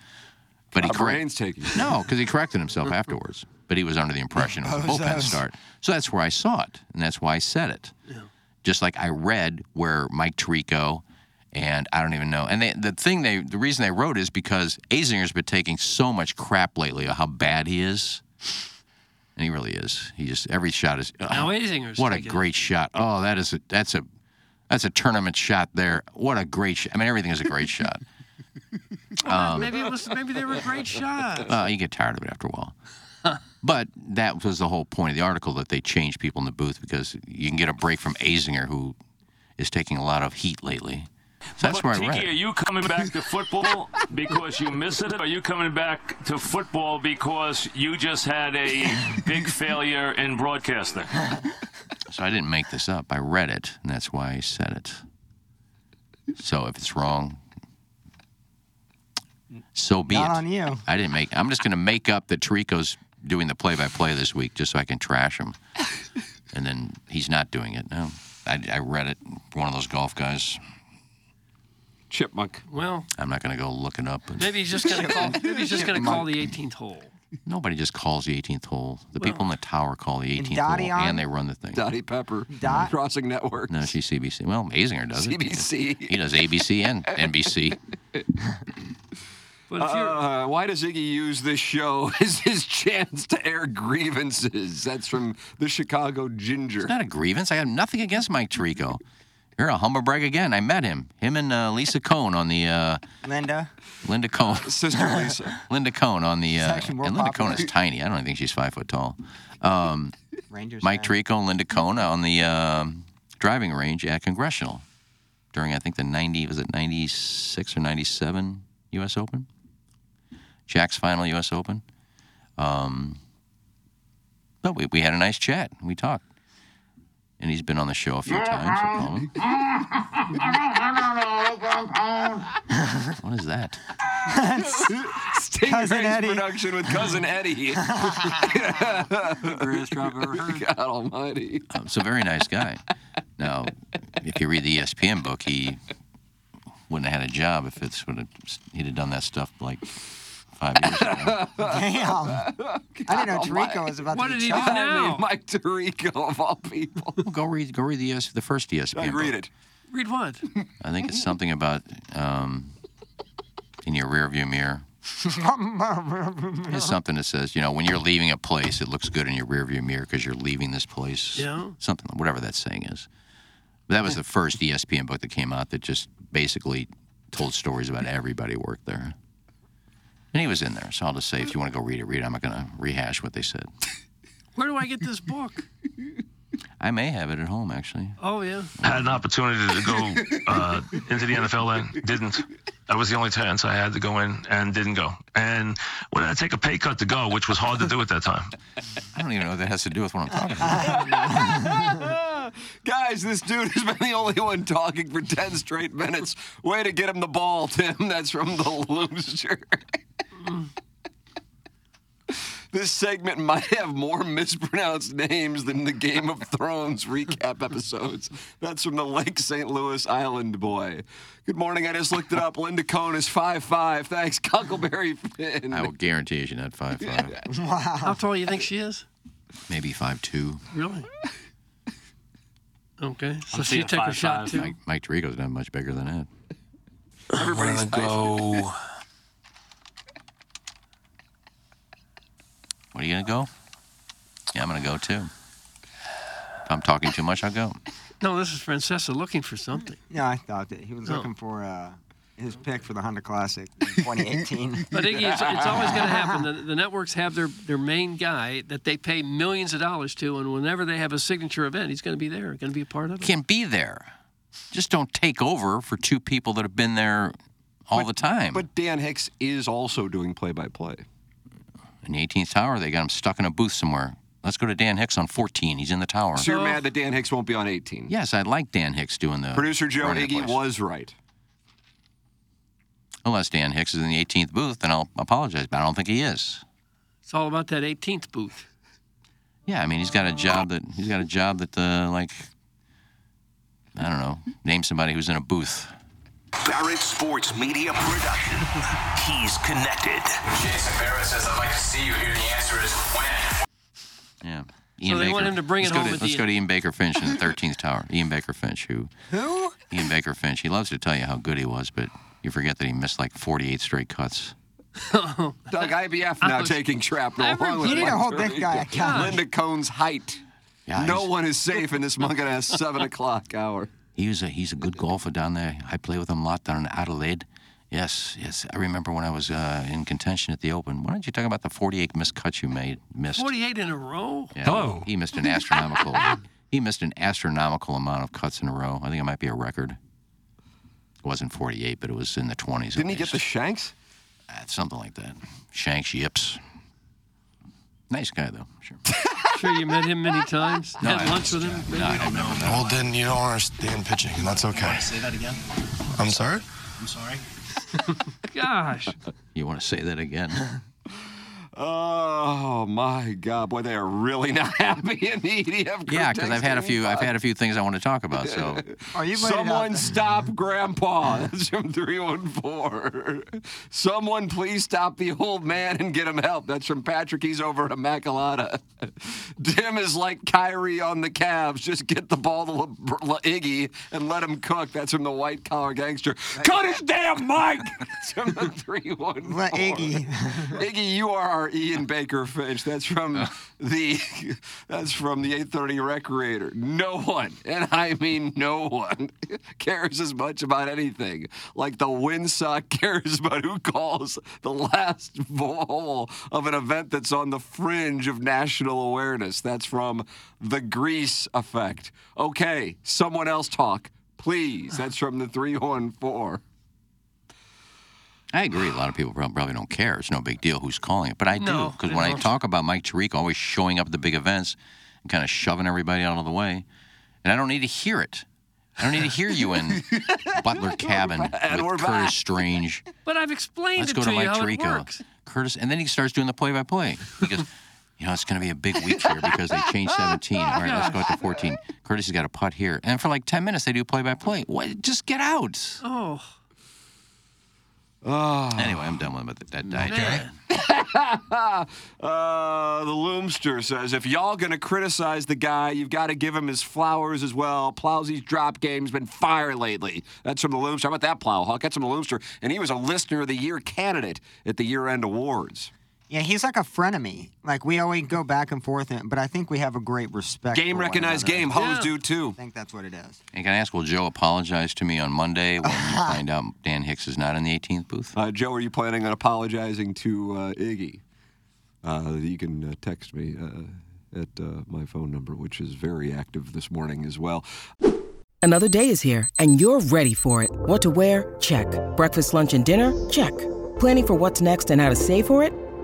but he
Bob
correct-
Rain's Uh, taking it.
No, because he corrected himself afterwards. But he was under the impression it was a bullpen start. So that's where I saw it, and that's why I said it. Just like I read where Mike Tirico and I don't even know. And they, the thing they, the reason they wrote is because Azinger's been taking so much crap lately of how bad he is. And he really is. He just every shot is. "Oh,
Now Azinger's
what a
taking it."
great shot! Oh, that is a that's a that's a tournament shot there. What a great shot! I mean, everything is a great shot.
maybe it was. Maybe they were great shots.
Well, you get tired of it after a while. but that was the whole point of the article that they changed people in the booth because you can get a break from Azinger, who is taking a lot of heat lately. So that's where I read.
Tiki, are
it.
you coming back to football because you miss it? Are you coming back to football because you just had a big failure in broadcasting?
So I didn't make this up. I read it, and that's why I said it. So if it's wrong, so be
Not
it.
on you.
I didn't make. I'm just going to make up that Tarico's doing the play-by-play this week, just so I can trash him. and then he's not doing it. No, I, I read it. One of those golf guys.
Chipmunk.
Well,
I'm not going to go look it up. And
maybe he's just gonna call. Maybe he's just gonna call the 18th hole.
nobody just calls the 18th hole. The people in the tower call the 18th
Dottie
hole,
on?
and they run the thing.
Dottie Pepper.
Dot.
Crossing Network.
No, she's CBC. Well, Mazinger does it.
CBC.
He does ABC and NBC.
But if you're,
Uh, why does Iggy use this show as his chance to air grievances? That's from the Chicago Ginger.
It's not a grievance. I have nothing against Mike Tirico. You're a humblebrag again. I met him. Him and uh, Lisa Cohn on the uh,
Linda.
Linda Cohn.
Sister Lisa.
Linda Cohn on the uh,
actually
and
more
Linda Cohn is
popular.
tiny. I don't think she's five foot tall. Um,
Rangers.
Mike
fan.
Tirico and Linda Cohn on the um, driving range at Congressional during I think the 90 was it 96 or 97 U.S. Open, Jack's final U.S. Open. Um, but we, we had a nice chat. We talked, and he's been on the show a few times. so call him. what is that?
Stingray's
Eddie.
production with Cousin Eddie.
Greatest job I've ever heard.
God almighty.
Um, so very nice guy. Now, if you read the E ESPN book, he wouldn't have had a job if it's would have he'd have done that stuff like five years ago.
Damn. I didn't know Tarico was about
Oh, what
to
did
be
he do
chopped.
I
now?
mean, Mike Tirico, of all people.
Well, go read go read the ES, the first E ESPN.
I
book.
read it.
Read what?
I think it's something about um, in your rearview mirror. It's something that says, you know, when you're leaving a place, it looks good in your rearview mirror because you're leaving this place.
Yeah.
Something, whatever that saying is. But that was the first E ESPN book that came out that just basically told stories about everybody who worked there. And he was in there, so I'll just say if you want to go read it, read it. I'm not going to rehash what they said.
Where do I get this book?
I may have it at home, actually.
Oh yeah.
had an opportunity to go uh, into the NFL and didn't. That was the only chance I had to go in and didn't go. And when I take a pay cut to go, which was hard to do at that time.
I don't even know what that has to do with what I'm talking about.
Guys, this dude has been the only one talking for 10 straight minutes. Way to get him the ball, Tim. That's from the loser. This segment might have more mispronounced names than the Game of Thrones recap episodes. That's from the Lake St. Louis Island boy. Good morning. I just looked it up. Linda Cohn is five five. Thanks, Huckleberry Finn.
I will guarantee you she's not five five.
How tall you think she is?
Maybe five two.
Really? Okay. So
I'm
she
seeing
took her
five
shot
five.
too.
Mike, Mike Tirico's not much bigger than that.
Everybody's
go. what are you gonna go? Yeah, I'm gonna go too. If I'm talking too much, I'll go.
No, this is Francesca looking for something.
No, I thought that he was
Oh.
looking for uh, his pick for the Honda Classic in 2018.
But Iggy, it's, it's always going to happen. The, the networks have their, their main guy that they pay millions of dollars to, and whenever they have a signature event, he's going to be there, going to be a part of it.
Can be there. Just don't take over for two people that have been there all the time.
But Dan Hicks is also doing play by play.
In the 18th tower, they got him stuck in a booth somewhere. Let's go to Dan Hicks on 14. He's in the tower.
So you're mad that Dan Hicks won't be on 18.
Yes, I like Dan Hicks doing the
Producer Joe
running
Iggy
place.
was right.
Unless Dan Hicks is in the 18th booth, then I'll apologize. But I don't think he is.
It's all about that 18th booth.
Yeah, I mean he's got a job that he's got a job that uh, like I don't know. Name somebody who's in a booth.
Barrett Sports Media Production. He's connected. Jason Barrett says, I'd like to see you here. The answer is when?
Yeah.
they want him to bring
let's
it
go
home
To,
at
let's
the
go
end.
to Ian Baker Finch in the 13th tower. Ian Baker Finch, who?
Who?
Ian Baker Finch. He loves to tell you how good he was, but you forget that he missed like 48 straight cuts.
Doug IBF
I
now
was-
taking shrapnel.
I
along
remember-
with
You need to
Mike
hold that guy
Tirico.
accountable.
Linda Cohn's height. no one is safe in this monk ass seven o'clock hour.
He was a he's a good golfer down there. I play with him a lot down in Adelaide. Yes, yes. I remember when I was uh, in contention at the Open. Why don't you talk about the 48 missed cuts you made missed?
48 in a row?
Yeah, He missed an astronomical. he missed an astronomical amount of cuts in a row. I think it might be a record. It wasn't 48, but it was in the 20s. Didn't he get the
shanks?
something like that. Shanks, yips. Nice guy though. Sure.
Sure, you met him many times.
No,
Had
I-
lunch with him.
No, I don't know.
Well, then you don't understand pitching, and that's okay.
Say that again.
I'm sorry?
I'm sorry.
Gosh.
You want to say that again?
Oh my God, boy, they are really not happy in the EDF.
yeah, because I've had a few. I've had a few things I want to talk about. So
Oh,
Are
you laid out
Someone
there.
stop Grandpa. That's from 314. Someone please stop the old man and get him help. That's from Patrick. He's over at Immaculata. Dim is like Kyrie on the Cavs. Just get the ball to Le- Le- Iggy and let him cook. That's from the white collar gangster. Cut his damn mic. That's from the 314.
Let Iggy.
Iggy, you are our Ian Baker Finch. That's from the that's from the 830 Recreator. No one, and I mean no one, cares as much about anything like the windsock cares about who calls the last ball of an event that's on the fringe of national awareness. That's from the Grease Effect. Okay, someone else talk, please. That's from the 314.
I agree. A lot of people prob- probably don't care. It's no big deal who's calling it, but I do
No,
because
they
when I
don't.
talk about Mike Tirico always showing up at the big events and kind of shoving everybody out of the way, and I don't need to hear it. I don't need to hear you in Butler Cabin with
we're
Curtis
back.
Strange.
But I've explained
Let's
it
go
to,
to
you
Mike
how it
Tirico.
works.
Curtis, and then he starts doing the play-by-play. He goes, you know, it's going to be a big week here because they changed 17. All right, let's go up to 14. Curtis has got a putt here, and for like 10 minutes they do play-by-play. What? Just get out.
Oh.
Anyway, I'm done with that. that diet.
uh, the Loomster says, if y'all gonna criticize the guy, you've got to give him his flowers as well. Plowsy's drop game's been fire lately. That's from the Loomster. How about that plow, Hawk? That's from the Loomster, and he was a listener of the year candidate at the year-end awards.
Yeah, he's like a frenemy. Like we always go back and forth, and- but I think we have a great respect.
Game
for one
recognized
another.
game. Hoes do too.
I think that's what it is.
And can I ask, will Joe apologize to me on Monday when you find out Dan Hicks is not in the 18th booth?
Uh, Joe, are you planning on apologizing to uh, Iggy? Uh, you can uh, text me uh, at uh, my phone number, which is very active this morning as well.
Another day is here, and you're ready for it. What to wear? Check. Breakfast, lunch, and dinner? Check. Planning for what's next and how to save for it?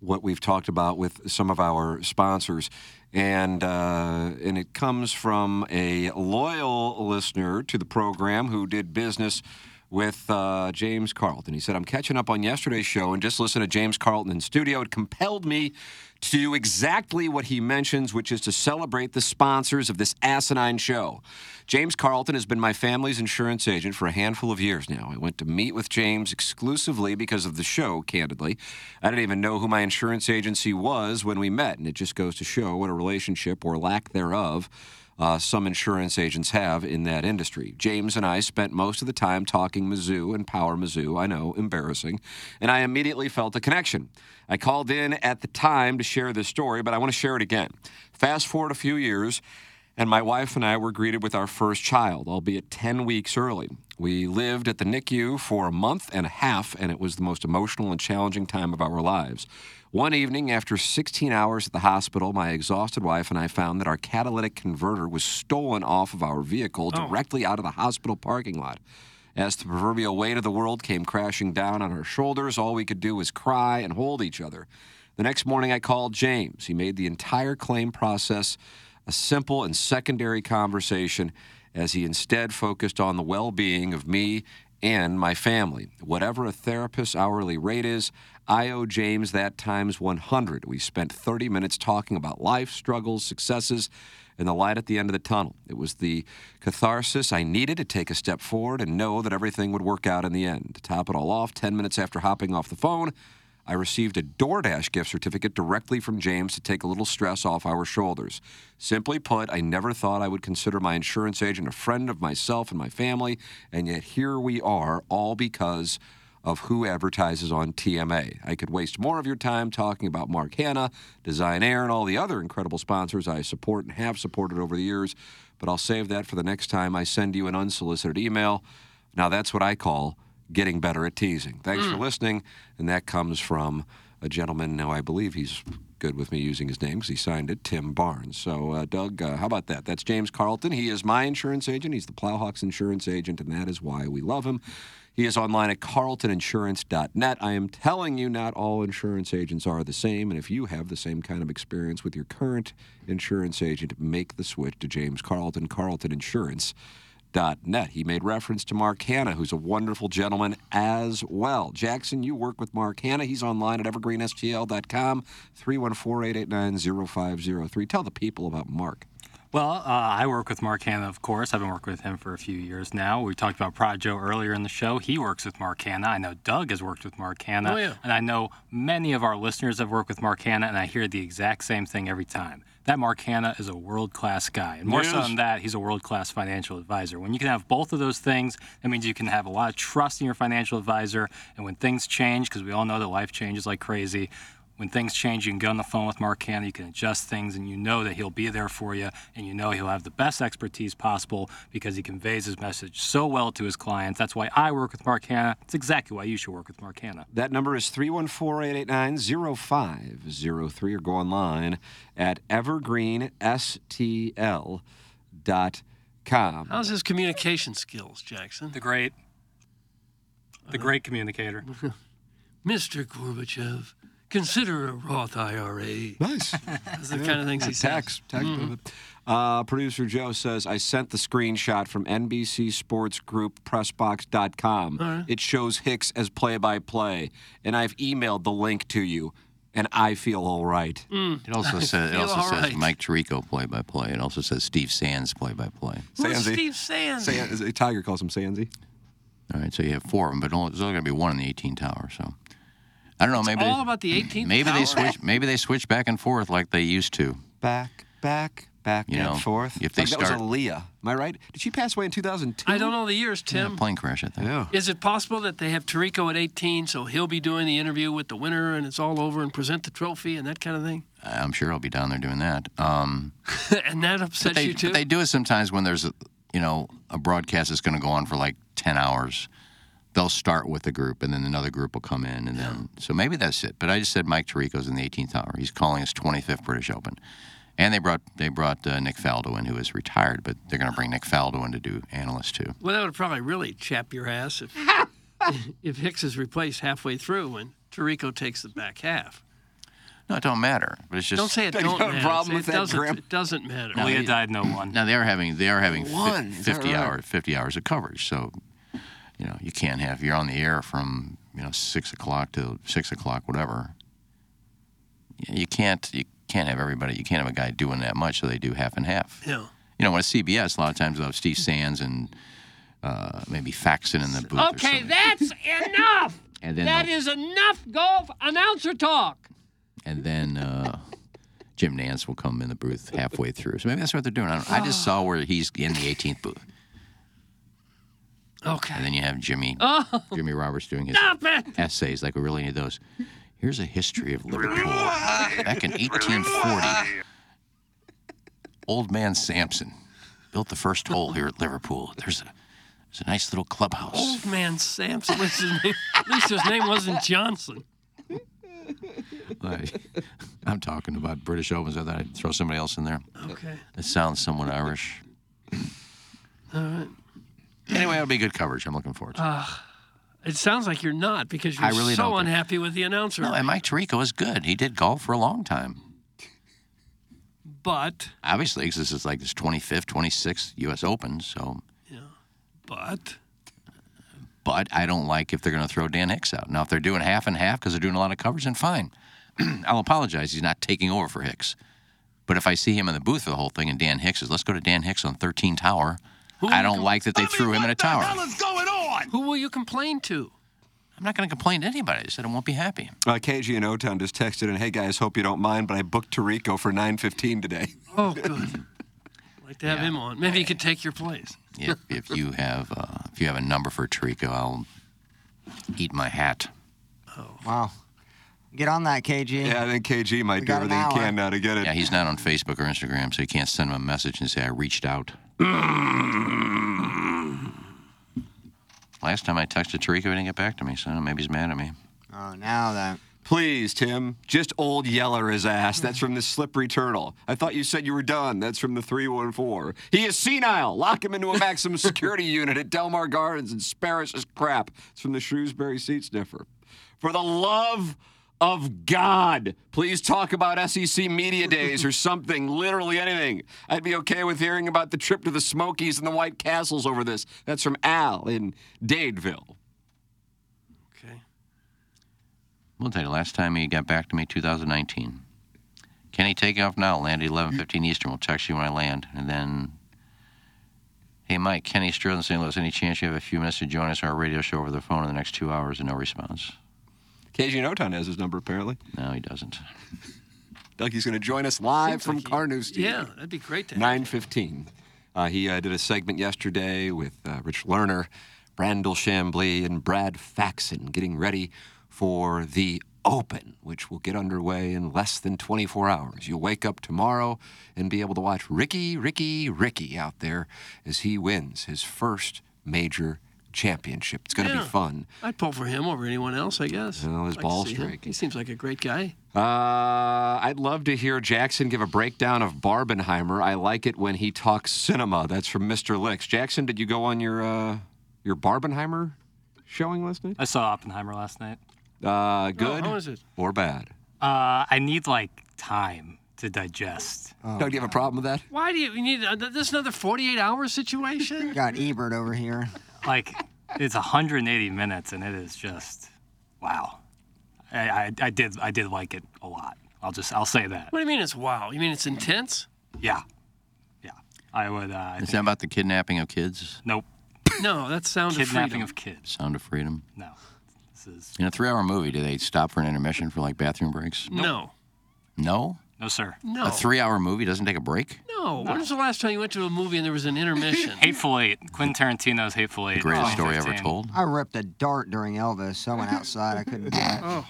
what we've talked about with some of our sponsors. And, uh, and it comes from a loyal listener to the program who did business with uh, James Carlton. He said, I'm catching up on yesterday's show and just listen to James Carlton in studio. It compelled me to do exactly what he mentions, which is to celebrate the sponsors of this asinine show. James Carlton has been my family's insurance agent for a handful of years now. I went to meet with James exclusively because of the show, candidly. I didn't even know who my insurance agency was when we met, and it just goes to show what a relationship or lack thereof uh, some insurance agents have in that industry. James and I spent most of the time talking Mizzou and Power Mizzou. I know, embarrassing. And I immediately felt a connection. I called in at the time to share this story, but I want to share it again. Fast forward a few years, and my wife and I were greeted with our first child, albeit 10 weeks early. We lived at the NICU for a month and a half, and it was the most emotional and challenging time of our lives. One evening, after 16 hours at the hospital, my exhausted wife and I found that our catalytic converter was stolen off of our vehicle directly out of the hospital parking lot. As the proverbial weight of the world came crashing down on our shoulders, all we could do was cry and hold each other. The next morning, I called James. He made the entire claim process a simple and secondary conversation as he instead focused on the well being of me and my family. Whatever a therapist's hourly rate is, I owe James that times 100. We spent 30 minutes talking about life, struggles, successes, and the light at the end of the tunnel. It was the catharsis I needed to take a step forward and know that everything would work out in the end. To top it all off, 10 minutes after hopping off the phone, I received a DoorDash gift certificate directly from James to take a little stress off our shoulders. Simply put, I never thought I would consider my insurance agent a friend of myself and my family, and yet here we are, all because of who advertises on TMA. I could waste more of your time talking about Mark Hanna, Design Air, and all the other incredible sponsors I support and have supported over the years, but I'll save that for the next time I send you an unsolicited email. Now, that's what I call getting better at teasing. Thanks for listening. And that comes from a gentleman. Now, I believe he's good with me using his name because he signed it, Tim Barnes. So, uh, Doug, uh, how about that? That's James Carlton. He is my insurance agent. He's the Plowhawks insurance agent, and that is why we love him. He is online at carltoninsurance.net. I am telling you, not all insurance agents are the same. And if you have the same kind of experience with your current insurance agent, make the switch to James Carlton, Carlton Insurance net. He made reference to Mark Hanna, who's a wonderful gentleman as well. Jackson, you work with Mark Hanna. He's online at evergreenstl.com, 314-889-0503. Tell the people about Mark.
Well, uh, I work with Mark Hanna, of course. I've been working with him for a few years now. We talked about Prod Joe earlier in the show. He works with Mark Hanna. I know Doug has worked with Mark Hanna.
Oh, yeah.
And I know many of our listeners have worked with Mark Hanna, and I hear the exact same thing every time. That Mark Hanna is a world class guy. And more so
Yes.
than that, he's a world class financial advisor. When you can have both of those things, that means you can have a lot of trust in your financial advisor. And when things change, because we all know that life changes like crazy, when things change, you can get on the phone with Mark Hanna, you can adjust things, and you know that he'll be there for you, and you know he'll have the best expertise possible because he conveys his message so well to his clients. That's why I work with Mark Hanna. It's exactly why you should work with Mark Hanna.
That number is 314-889-0503 or go online at evergreenstl.com.
How's his communication skills, Jackson? The
great. The great communicator.
Mr. Gorbachev, consider a Roth IRA.
Nice.
That's the kind of things he says.
Tax, tax
Mhm.
benefit. Uh, producer Joe says, I sent the screenshot from NBC Sports Group Pressbox.com.
All right.
It shows Hicks as play by play, and I've emailed the link to you, and I feel all right.
Mm.
It also says it
Feel
also
all
says
right.
Mike Tirico play by play. It also says Steve Sands play by play.
Who's Steve Sands?
Sands. Tiger calls him Sandsy.
All right, so you have four of them, but only, there's only going to be one in the 18 tower. So I don't know. Maybe
all
they,
about the 18th
maybe
tower?
they switch. Maybe they switch back and forth like they used to.
Back, back, back
You
and
know,
forth.
if they
Doug,
start-
that was Aaliyah. Am I right? Did she pass away in 2002?
I don't know the years, Tim.
Yeah, plane crash. I think. Yeah.
Is it possible that they have Tarico at 18, so he'll be doing the interview with the winner and it's all over and present the trophy and that kind of thing?
I'm sure I'll be down there doing that. Um,
and that
but,
upsets
they,
you
but
too?
they do it sometimes when there's a, you know a broadcast that's going to go on for like 10 hours. they'll start with a group and then another group will come in and then so maybe that's it. But I just said Mike Tirico's in the 18th hour. He's calling his 25th British Open, and they brought they brought uh, Nick Faldo in, who is retired, but they're going to bring Nick Faldo in to do analyst too.
Well, that would probably really chap your ass if, if Hicks is replaced halfway through and Tirico takes the back half.
No, it don't matter. But it's just
don't say it. Don't matter. Say it doesn't, It doesn't matter.
No, Leah died
no one.
Now they are having they are having fi-
One, is that
fifty
right?
hours fifty hours of coverage. So, you know, you can't have you're on the air from you know six o'clock to six o'clock whatever. Yeah, You can't you can't have everybody you can't have a guy doing that much. So they do half and half.
Yeah.
You know, when it's CBS, a lot of times they'll have Steve Sands and uh, maybe Faxon in the booth. or
Okay,
something.
that's enough.
And then
that
they'll-
is enough golf announcer talk.
and then uh, Jim Nance will come in the booth halfway through. So maybe that's what they're doing. I, don't, I just
Ah.
saw where he's in the 18th booth.
Okay.
And then you have Jimmy
Oh.
Jimmy Roberts doing his
Stop it.
essays. Like we really need those. Here's a history of Liverpool back in 1840. Old man Sampson built the first hole here at Liverpool. There's a there's a nice little clubhouse.
Old man Samson. What's his name? At least his name wasn't Johnson.
Like, I'm talking about British Opens. I thought I'd throw somebody else in there.
Okay.
It sounds somewhat Irish.
All right.
Anyway, it'll be good coverage. I'm looking forward to it.
Uh, it sounds like you're not because you're
I really
so
don't think-
unhappy with the announcer.
No, Oh, and Mike Tirico is good. He did golf for a long time.
But,
Obviously, 'cause this is like his 25th, 26th U.S. Open. So,
but.
but I don't like if they're going to throw Dan Hicks out. Now, if they're doing half and half because they're doing a lot of coverage, then fine. I'll apologize. He's not taking over for Hicks. But if I see him in the booth for the whole thing and Dan Hicks is, let's go to Dan Hicks on 13 Tower. I don't like that they threw him in a tower.
is going on? Who will you complain to?
I'm not going to complain to anybody. I said I won't be happy.
Uh, KG in O Town just texted in, "Hey guys, hope you don't mind, but I booked Tarico for 9:15 today."
Oh, good. like to have him on. Maybe he could take your place.
if, if you have uh, if you have a number for Tarico, I'll eat my hat.
Wow. Get on that, KG.
I think KG might
We do got an everything he can hour.
now to get it. Yeah, he's not on Facebook or Instagram, so you can't send him a message and say I reached out. Last time I texted Tarico, he didn't get back to me, so maybe he's mad at me.
Oh, now that.
Please, Tim, just old Yeller his ass. That's from the slippery turtle. I thought you said you were done. That's from the 314. He is senile. Lock him into a maximum security unit at Delmar Gardens and spare us his crap. It's from the Shrewsbury Seat Sniffer. For the love of God, please talk about SEC Media Days or something, literally anything. I'd be okay with hearing about the trip to the Smokies and the White Castles over this. That's from Al in Dadeville.
We'll tell you. Last time he got back to me, 2019. Can he take off now? Land at 11:15 Eastern. We'll text you when I land, and then. Hey, Mike, Kenny Sterling, St. Louis. Any chance you have a few minutes to join us on our radio show over the phone in the next two hours? And no response.
KG Noton has his number, apparently.
No, he doesn't.
Dougie's going to join us live from Carnews.
Yeah, that'd be great to have.
Nine fifteen. Uh, he uh, did a segment yesterday with uh, Rich Lerner, Brandel Chambly, and Brad Faxon, getting ready for the Open, which will get underway in less than 24 hours. You'll wake up tomorrow and be able to watch Ricky, Ricky, Ricky out there as he wins his first major championship. It's going to
Yeah.
be fun.
I'd pull for him over anyone else, I guess.
Well,
Like
his
to
ball
see him.
strike.
He seems like a great guy.
Uh, I'd love to hear Jackson give a breakdown of Barbenheimer. I like it when he talks cinema. That's from Mr. Licks. Jackson, did you go on your uh, your Barbenheimer showing last night?
I saw Oppenheimer last night.
Uh, good
Oh,
how is it?
or bad?
Uh, I need like time to digest. uh,
Oh,
Don't you have a problem with that?
Why do you, you need uh, this? is Another 48 hour situation?
Got Ebert over here.
Like, it's 180 minutes, and it is just wow. I, I, I did I did like it a lot. I'll just I'll say that.
What do you mean it's wow? You mean it's intense?
Yeah, yeah. I would. Uh, I
Is that about the kidnapping of kids?
Nope.
No, that's sound of
Kidnapping
freedom.
of kids.
Sound of Freedom.
No. This is
In a three-hour movie, do they stop for an intermission for like bathroom breaks?
no,
No.
No, sir.
No.
A three-hour movie doesn't take a break.
no. When was the last time you went to a movie and there was an intermission?
Hateful Eight. Quentin Tarantino's Hateful Eight. Oh,
greatest story
2015.
ever told.
I ripped a dart during Elvis. So I went outside. I couldn't do it.
Oh.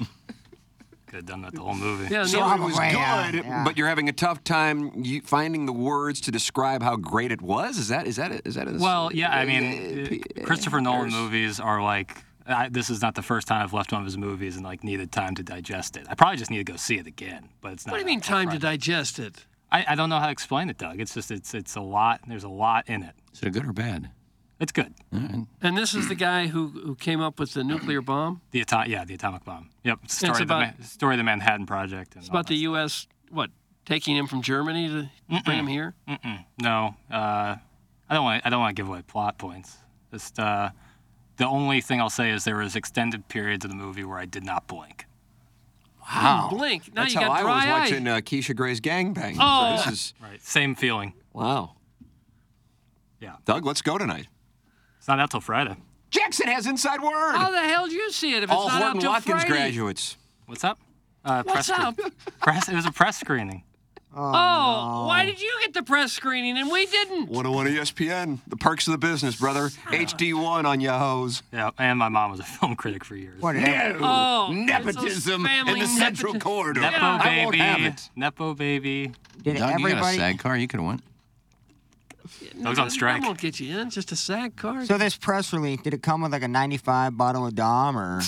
Could have done that the whole movie.
Yeah,
So
no,
I'm
it was
away, uh,
good,
yeah.
but you're having a tough time you, finding the words to describe how great it was. Is that is that it? Is that it?
Well, yeah, I mean, uh, Christopher Nolan movies are like I, this is not the first time I've left one of his movies and like needed time to digest it. I probably just need to go see it again, but it's not.
What do you mean time to digest it?
I, I don't know how to explain it, Doug. It's just it's it's a lot. There's a lot in it.
Is it good or bad?
It's good.
And this is the guy who, who came up with the nuclear bomb.
The atom- yeah, the atomic bomb. Yep.
It's
Story, of, the
about-
Ma- story of the Manhattan Project. And
It's about the U.S. what taking him from Germany to bring him here.
Mm-mm. No, uh, I don't want. I don't want to give away plot points. Just uh, the only thing I'll say is there was extended periods of the movie where I did not blink.
Wow.
Blink. Now
That's
you
how
got
I
dry
was
eyes.
watching uh, Keisha Gray's gangbang.
Oh.
So this is
right. Same feeling.
Wow.
Yeah.
Doug, let's go tonight.
It's not out till Friday.
Jackson has inside word.
Oh,
How the hell do you see it if it's
All
not out
Horton
till
Watkins
Friday?
graduates.
What's up? Uh,
What's
press screen-
up?
Press. It was a press screening.
Oh, why did you get the press screening and we didn't?
101 ESPN, the perks of the business, brother. HD1 on your hose.
Yeah, and my mom was a film critic for years.
What
No. Oh, nepotism in family the central nepotism.
corridor.
Nepo
Yeah.
baby.
I won't have it.
Nepo baby.
Did
Doug, you got a
everybody-
SAG car. You could have went.
Doug's on strike.
I won't get you in. Just a SAG card.
So this press release, did it come with like a 95 bottle of Dom or?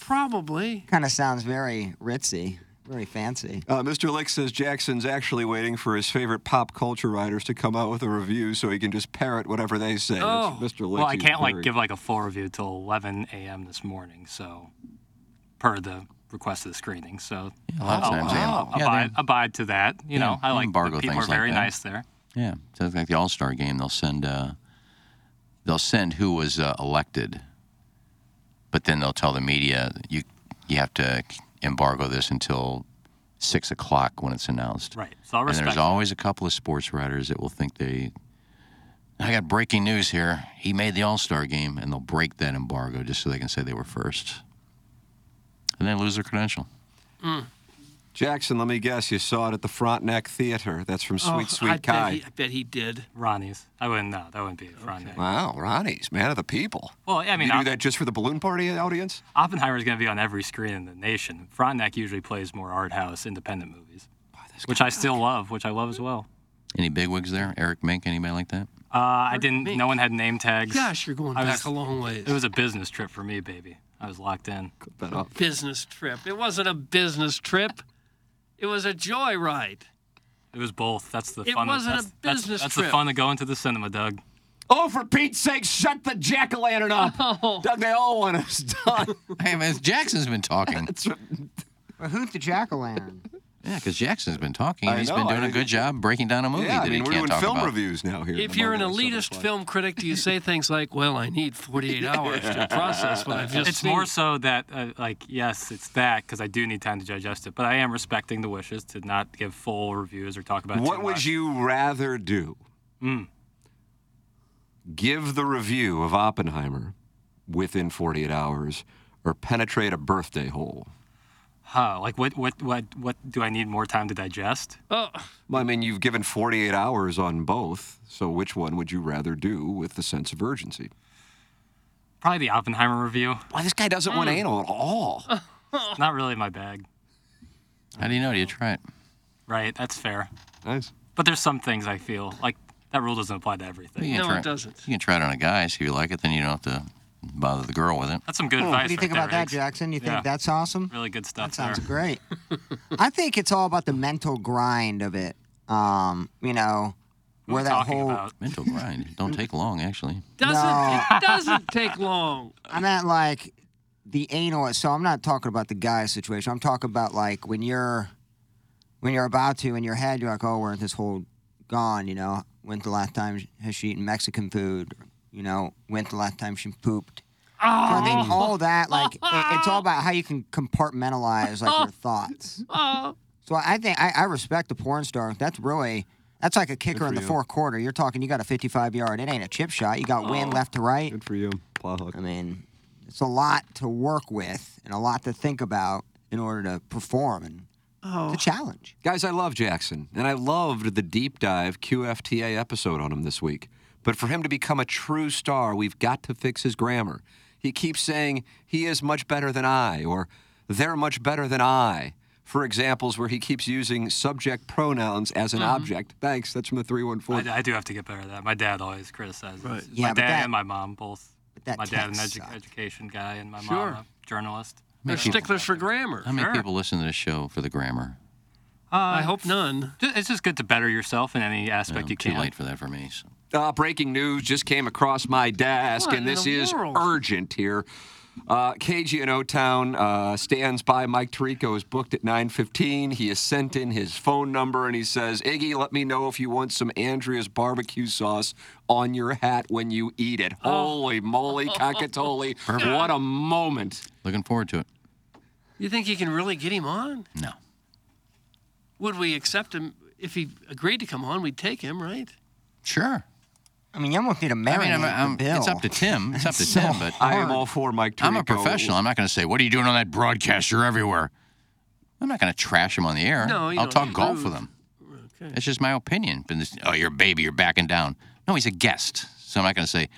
probably.
Kind of sounds very ritzy, very fancy.
Uh, Mr. Lick says Jackson's actually waiting for his favorite pop culture writers to come out with a review so he can just parrot whatever they say. That's Mr. Lick.
Oh. Well, I
he's
can't like
very-
give like a full review till 11 a.m. this morning, so per the request of the screening. So
a lot of
I'll-
times they-
I'll
yeah,
abide,
they-
abide to that. You know,
Yeah,
I like
embargo
the people
things
are very
like that.
nice there.
Yeah, so it's like the All Star game. They'll send uh, they'll send who was uh, elected, but then they'll tell the media you you have to embargo this until six o'clock when it's announced.
Right. So I'll
and
respect.
there's always a couple of sports writers that will think they. I got breaking news here. He made the All Star game, and they'll break that embargo just so they can say they were first, and then lose their credential.
Jackson, let me guess, you saw it at the Frontenac Theater. That's from Sweet
Oh,
Sweet
I bet
Kai.
he-
I bet he did.
Ronnie's. I wouldn't know. That wouldn't be Ronnie.
Wow, Ronnie's man of the people.
Well, I mean,
you do
I'll-
that just for the balloon party audience?
Oppenheimer's going to be on every screen in the nation. Frontenac usually plays more art house independent movies, which I still love, which I love as well.
Any bigwigs there? Eric Mink, anybody like that?
Uh, I didn't. No one had name tags.
Gosh, you're going
I
back a long ways.
It was a business trip for me, baby. I was locked in.
Business trip. It wasn't a business trip. It was a joyride.
It was both. That's the
It
fun. of-
wasn't a
that's, that's-
business
That's
trip.
the fun of going to the cinema, Doug.
Oh, for Pete's sake, shut the jack o' lantern up. Doug, they all want us done.
hey, man, Jackson's been talking.
Well, who's the jack o' lantern?
Yeah, because Jackson's been talking.
I
and He's
know,
been
I
doing a
think-
good job breaking down a movie
yeah,
that
I mean,
he
we're
can't talk
doing film
about.
elitist now here.
If you're an elitist film critic, do you say things like, "Well, I need 48 hours to process what I've just
it's
seen"?
more so that, uh, like, yes, it's that because I do need time to digest it, but I am respecting the wishes to not give full reviews or talk about.
What would you rather do? Hmm. Give the review of Oppenheimer within 48 hours or penetrate a birthday hole?
Huh? Like, what, what, what, what do I need more time to digest?
Oh,
Well, I mean, you've given 48 hours on both, so which one would you rather do with the sense of urgency?
probably the Oppenheimer review.
Why this guy doesn't want anal at all?
It's not really my bag,
How do you know? Do you try it?
right? That's fair.
Nice.
But there's some things I feel like that rule doesn't apply to everything.
You can try You can try it on a guy, see if you like it, then you don't have to bother the girl with it.
That's some good
Oh,
advice.
What do you think about that, Jackson? You think that's awesome?
Really good stuff.
That sounds great. I think it's all about the mental grind of it. Um, you know, where that whole
mental grind. Don't take long, actually.
doesn't
No.
it doesn't take long.
I meant like the anal. So I'm not talking about the guy situation. I'm talking about like when you're when you're about to in your head, you're like, oh, we're at this whole gone. You know, when's the last time has she eaten Mexican food? You know, when's the last time she pooped? So I think all that, like, it- it's all about how you can compartmentalize like your thoughts.
Oh,
So I think I, I respect the porn star. That's really that's like a kicker
for
in the
you.
fourth quarter. You're talking you got a 55 yard. It ain't a chip shot. You got wind
Oh.
left to right.
Good for you. Plowhook.
I mean, it's a lot to work with and a lot to think about in order to perform and
oh.
it's a challenge.
Guys, I love Jackson, and I loved the deep dive QFTA episode on him this week. But for him to become a true star, we've got to fix his grammar. He keeps saying, he is much better than I, or they're much better than I, for examples where he keeps using subject pronouns as an
Mm-hmm.
object. Thanks, that's from the 314.
I, I do have to get better at that. My dad always criticizes.
Right.
my
Yeah, but
dad
that-
and my mom both.
But that
my dad, an
text
edu-
sucked.
education guy, and my
Sure.
mom, a journalist.
They're Maybe-
sticklers for grammar.
How many
Sure.
people listen to this show for the grammar?
I
hope none.
It's just good to better yourself in any aspect you
Um, too
can.
late for that for me. so.
Uh, breaking news just came across my desk,
What
and
in
this
the
is
world?
urgent here. Uh, KG in O Town uh, stands by. Mike Tirico is booked at 9:15. He has sent in his phone number, and he says, "Iggy, let me know if you want some Andrea's barbecue sauce on your hat when you eat it."
Oh.
Holy moly, cockatoli!
Perfect.
What a moment!
Looking forward to it.
You think you can really get him on?
No.
Would we accept him if he agreed to come on? We'd take him, right?
Sure.
I mean, you almost need a
I mean,
marinade
I'm,
the
I'm,
bill.
it's up to Tim. It's up to
So
Tim, but
I am all for Mike Tirico.
I'm a professional. I'm not going to say, "What are you doing on that broadcast? You're everywhere." I'm not going to trash him on the air.
No, you
I'll
don't
talk
need
golf
to.
with him. That's just my opinion. But this, oh, you're a baby. You're backing down. No, he's a guest, so I'm not going to say.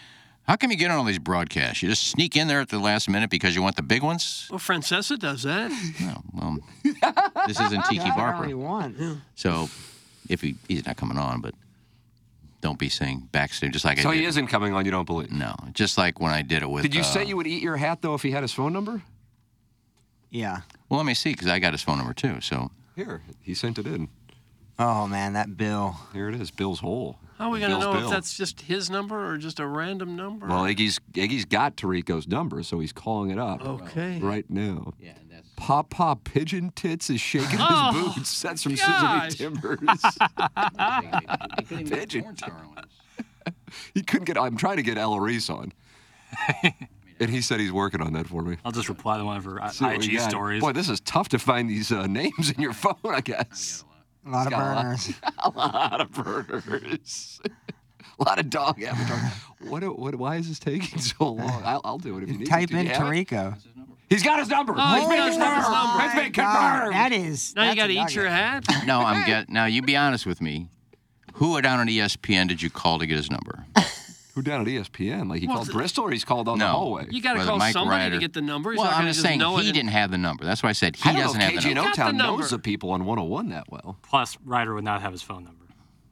How come you get on all these broadcasts? You just sneak in there at the last minute because you want the big ones.
Well, Francesa does that.
No, Oh, well, this isn't Tiki
Yeah, I
Barber.
already won.
So, if he, he's not coming on, but don't be saying backstage. Just like
So
I did.
he isn't coming on. You don't believe?
No, just like when I did it with.
Did you
uh,
say you would eat your hat though if he had his phone number?
Yeah.
Well, let me see because I got his phone number too. So
Here, he sent it in.
Oh man, that bill.
Here it is, Bill's hole.
How are we going to
Bill's
know if
bill.
that's just his number or just a random number?
Well, Iggy's Iggy's got Tarico's number, so he's calling it
Oh.
up.
Okay.
Right now. Yeah, that's. Papa Pigeon Tits is shaking
Oh,
his boots. That's from
gosh.
Scissor Timbers. Pigeon. he couldn't get. I'm trying to get Al Reese on, and he said he's working on that for me.
I'll just reply to one of her I-
See what we
IG
got.
stories.
Boy, this is tough to find these uh, names in your phone. I guess.
A lot of
Got a lot.
burners.
a lot of burners. A lot of dog avatar. What, what? Why is this taking so long? I'll, I'll do it if you need
Type
me to.
in
You have it?
Tarico.
He's got his number.
Oh,
He's
he's
been
got his number.
confirmed.
Oh
It's
my
been
God,
confirmed.
that is.
now you
that's
got to
a
eat your
nugget.
hat.
no, I'm get now. You be honest with me. Who down at E ESPN did you call to get his number?
Who down at E ESPN? Like he
Well,
called
the-
Bristol, or he's called on the
No.
hallway.
You got to
Whether
call
Mike
somebody
Ryder-
to get the number. He's
well,
not
I'm
gonna
just
just
saying
know it
he
in-
didn't have the number. That's why I said he
I don't
doesn't
know
have
if
the
KG in
number.
Got the
O-Town
number.
knows the people on 101 that well.
Plus, Ryder would not have his phone number.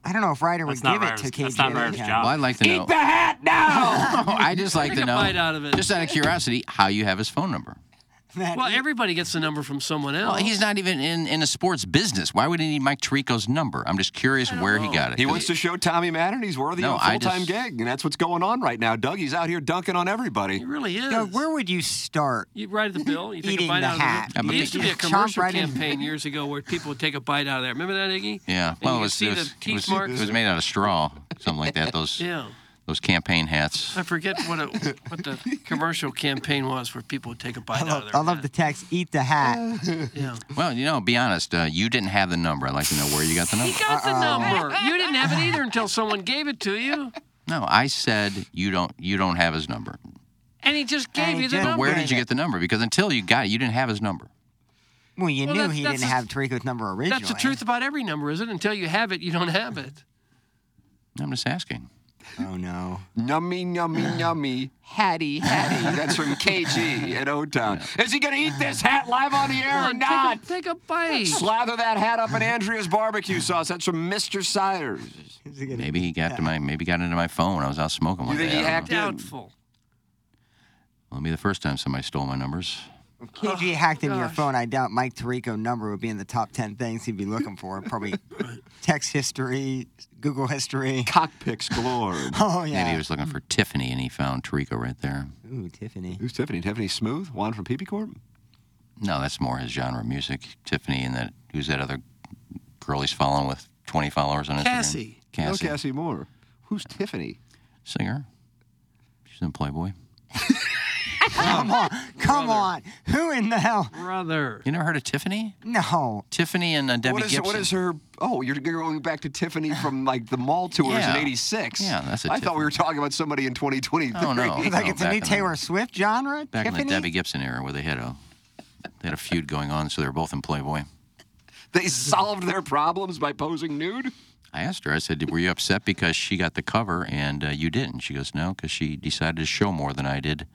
I don't know if Ryder would
That's not
give it
Ryder's,
to KG.
that's not
at
Ryder's
any time.
job.
Well, I'd like to know.
hat now.
I just like
Take
to
a
know,
bite out of it.
just out of curiosity, how you have his phone number.
That
Well, everybody gets the number from someone else.
Well, he's not even in, in a sports business. Why would he need Mike Tirico's number? I'm just curious where he got it.
He wants to show Tommy Madden he's worthy
No,
of a
I
full-time
just-
gig, and that's what's going on right now. Dougie's out here dunking on everybody.
He really is.
Doug, where would you start?
You ride the bill. You take
Eating
a bite
the
out of
hat.
it.
Yeah,
There
but
used to be a
you chomp
commercial
right in.
campaign years ago where people would take a bite out of there. Remember that, Iggy?
Yeah.
And
Well,
you
it
could
was,
see
it
the
was, it
teeth
was-
marks.
it was made out of straw, something like that. Those
Yeah.
those campaign hats.
I forget what it, what the commercial campaign was where people would take a bite
I
out
love,
of their
I love the
hat.
text. Eat the hat.
Uh, Yeah.
Well, you know, be honest. Uh, you didn't have the number. I'd like to know where you got the
He
number.
got the number. You didn't have it either until someone gave it to you,
No, I said you don't. You don't have his number.
and he just gave
And he
you the
didn't.
number.
Where did you get the number? Because until you got it, you didn't have his number.
Well, you
Well,
knew
that's-
he
that's
didn't
the-
have Tarico's number originally.
That's the truth about every number, is it? Until you have it, you don't have it.
I'm just asking.
Oh no.
Yummy, yummy, yummy. Hattie, Hattie. That's from KG at O Town. Is he going to eat this hat live on the air or
Come on,
not?
take, a, take a bite.
Slather that hat up in Andrea's barbecue sauce. That's from Mr. Siders.
Maybe he got to my. Maybe got into my phone. I was out smoking one
think
day. I
he
don't
hacked
know.
it?
Doubtful.
Well, it'd be the first time somebody stole my numbers.
If KG hacked into your phone, I doubt Mike Tirico number would be in the top ten things he'd be looking for. Probably text history, Google history.
Cockpicks galore.
Oh yeah.
Maybe he was looking for Tiffany and he found Tarico right there.
Ooh, Tiffany.
Who's Tiffany? Tiffany Smooth? Juan from PP Corp?
No, that's more his genre of music. Tiffany and that who's that other girl he's following with 20 followers on Instagram?
Cassie.
Cassie.
No Cassie Moore. Who's Tiffany?
Singer. She's in Playboy.
Come on, come on. Who in the hell?
Brother.
You never heard of Tiffany?
No.
Tiffany and uh, Debbie
What is,
Gibson.
what is her? Oh, you're going back to Tiffany from like the mall tours
Yeah.
in '86.
Yeah, that's a
I thought we
Tiffany.
were talking about somebody in 2023.
Oh, no.
Like
No,
it's a
back
new
in the-
Taylor Swift genre.
Back
Tiffany.
in the Debbie Gibson era where they had a they had a feud going on, so they were both in Playboy.
They solved their problems by posing nude.
I asked her, I said, Were you upset because she got the cover and uh, you didn't? She goes, No, because she decided to show more than I did.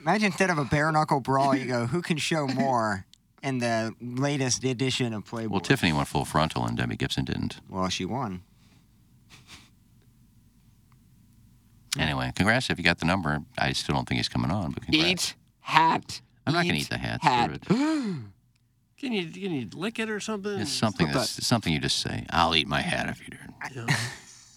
Imagine instead of a bare knuckle brawl, you go, who can show more in the latest edition of Playboy?
Well, Tiffany went full frontal and Debbie Gibson didn't.
Well, she won.
Anyway, congrats if you got the number. I still don't think he's coming on, but congrats.
Eat hat.
I'm not gonna eat the hat. Screw it.
can you can you lick it or something?
It's something that's it's something you just say. I'll eat my hat if you do.
Yeah.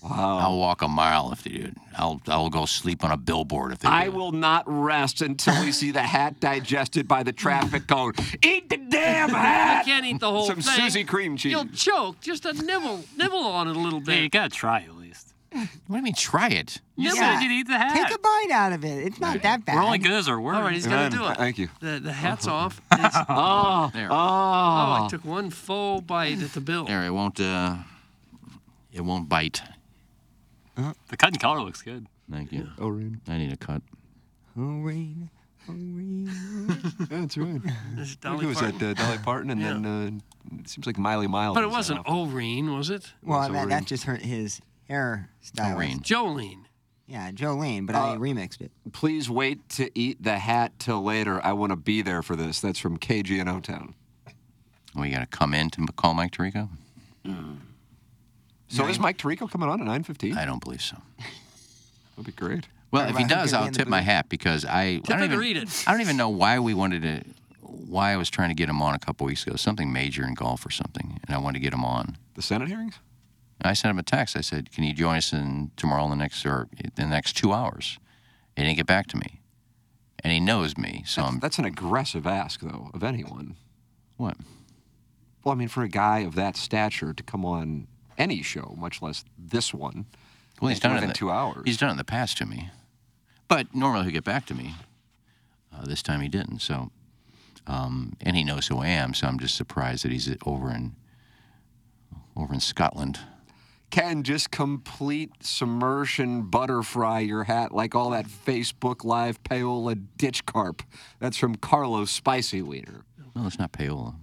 Wow. I'll walk a mile if they do. I'll I'll go sleep on a billboard if they
I will not rest until we see the hat digested by the traffic cone. Eat the damn hat!
You can't eat the whole
Some
thing.
Suzy cream cheese.
You'll choke. Just a nibble, nibble on it a little bit. you gotta try at least.
What do you mean try it?
You
Yeah.
said you'd eat the hat.
Take a bite out of it. It's not that bad.
We're only good as our word.
All right, he's gonna do it.
Thank you.
The, the hat's off. It's-
oh,
There.
oh,
Ah.
I took one full bite at the bill.
There, it won't uh it won't bite.
The cut and collar looks good.
Thank you. Oh, I need a cut.
That's right.
This is
I think
Dolly
it was at
Parton.
uh, Dolly Parton, and then uh, it seems like Miley Miles.
But it
was
wasn't Oreen, was it?
Well, that, that just hurt his hair style.
Jolene.
Yeah, Jolene, but I remixed it.
Please wait to eat the hat till later. I want to be there for this. That's from KG and O Town.
Well, you gotta come in to call Mike Tirico?
So is Mike Tirico coming on at 9:15?
I don't believe so.
That'd be great.
Well, if he
Everybody
does,
can be
I'll
in the
tip my
booth.
hat because I, I
him
don't
to
even
read it.
I don't even know why we wanted to why I was trying to get him on a couple weeks ago. Something major in golf or something, and I wanted to get him on.
The Senate hearings?
I sent him a text. I said, "Can you join us in tomorrow in the next or in the next two hours?" He didn't get back to me, and he knows me, so I'm
That's an aggressive ask, though, of anyone.
What?
Well, I mean, for a guy of that stature to come on any show, much less this one.
Well, he's done it
within
in the,
two hours.
He's done it in the past to me, but normally he'll get back to me. Uh, this time he didn't. So, um, and he knows who I am. So I'm just surprised that he's over in over in Scotland.
Can just complete submersion butterfry your hat like all that Facebook Live payola ditch carp. That's from Carlos Spicy Leader.
No, it's not payola.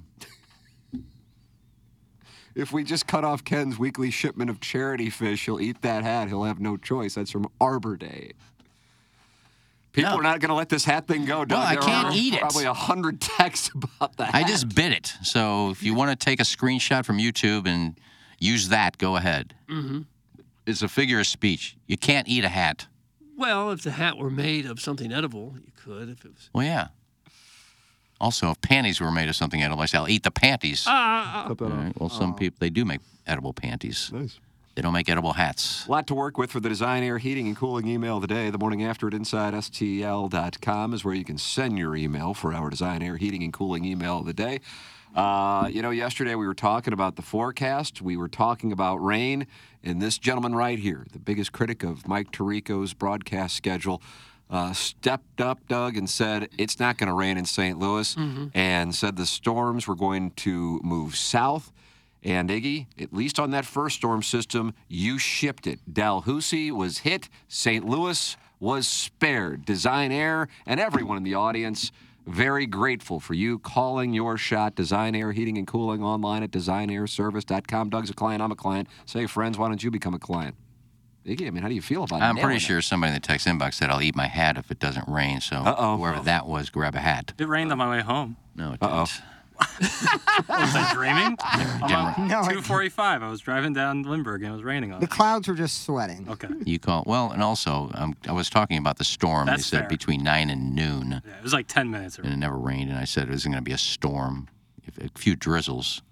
If we just cut off Ken's weekly shipment of charity fish, he'll eat that hat. He'll have no choice. That's from Arbor Day. People
No.
are not going to let this hat thing go, Doug.
I
There
can't
are
eat it.
Probably a hundred texts about that.
I just bit it. So if you want to take a screenshot from YouTube and use that, go ahead.
Mm-hmm.
It's a figure of speech. You can't eat a hat.
Well, if the hat were made of something edible, you could. If it was
Well, yeah. Also, if panties were made of something edible, I say, I'll eat the panties.
Ah,
All right. Well, some people, they do make edible panties. Nice. They don't make edible hats.
A lot to work with for the Design Air Heating and Cooling email of the day. The morning after at InsideSTL.com is where you can send your email for our Design Air Heating and Cooling email of the day. Uh, you know, yesterday we were talking about the forecast. We were talking about rain, and this gentleman right here, the biggest critic of Mike Tirico's broadcast schedule, uh, stepped up, Doug, and said it's not going to rain in St. Louis, and said the storms were going to move south. And Iggy, at least on that first storm system, you shipped it. Dalhousie was hit. St. Louis was spared. Design Air and everyone in the audience, very grateful for you calling your shot. Design Air Heating and Cooling online at designairservice.com. Doug's a client. I'm a client. Say, friends, why don't you become a client? Iggy, I mean, how do you feel about it?
I'm pretty sure somebody in the text inbox said, I'll eat my hat if it doesn't rain. So whoever that was, grab a hat.
It rained on my way home.
No, it didn't.
Was I dreaming?
didn't
I'm on 245. I was driving down Lindbergh and it was raining on
The
it.
clouds were just sweating.
Okay.
You call well, and also um, I was talking about the storm.
That's
they said
fair.
between nine and noon,
It was like 10 minutes.
and it never rained. And I said it was going to be a storm, if, a few drizzles.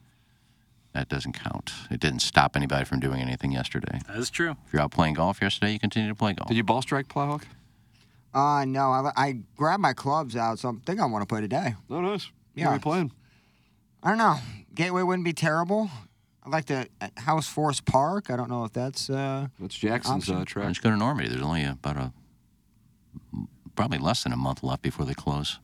That doesn't count. It didn't stop anybody from doing anything yesterday.
That is true.
If you're out playing golf yesterday, you continue to play golf. Did
you ball strike Plowhawk?
Uh, no, I, I grabbed my clubs out, so I think I want to play today.
No, nice.
Yeah.
are you playing?
I don't know. Gateway wouldn't be terrible. I'd like to at House Forest Park. I don't know if that's. Uh,
That's Jackson's
Option.
uh, track.
Let's go to Normandy. There's only about a probably less than a month left before they close.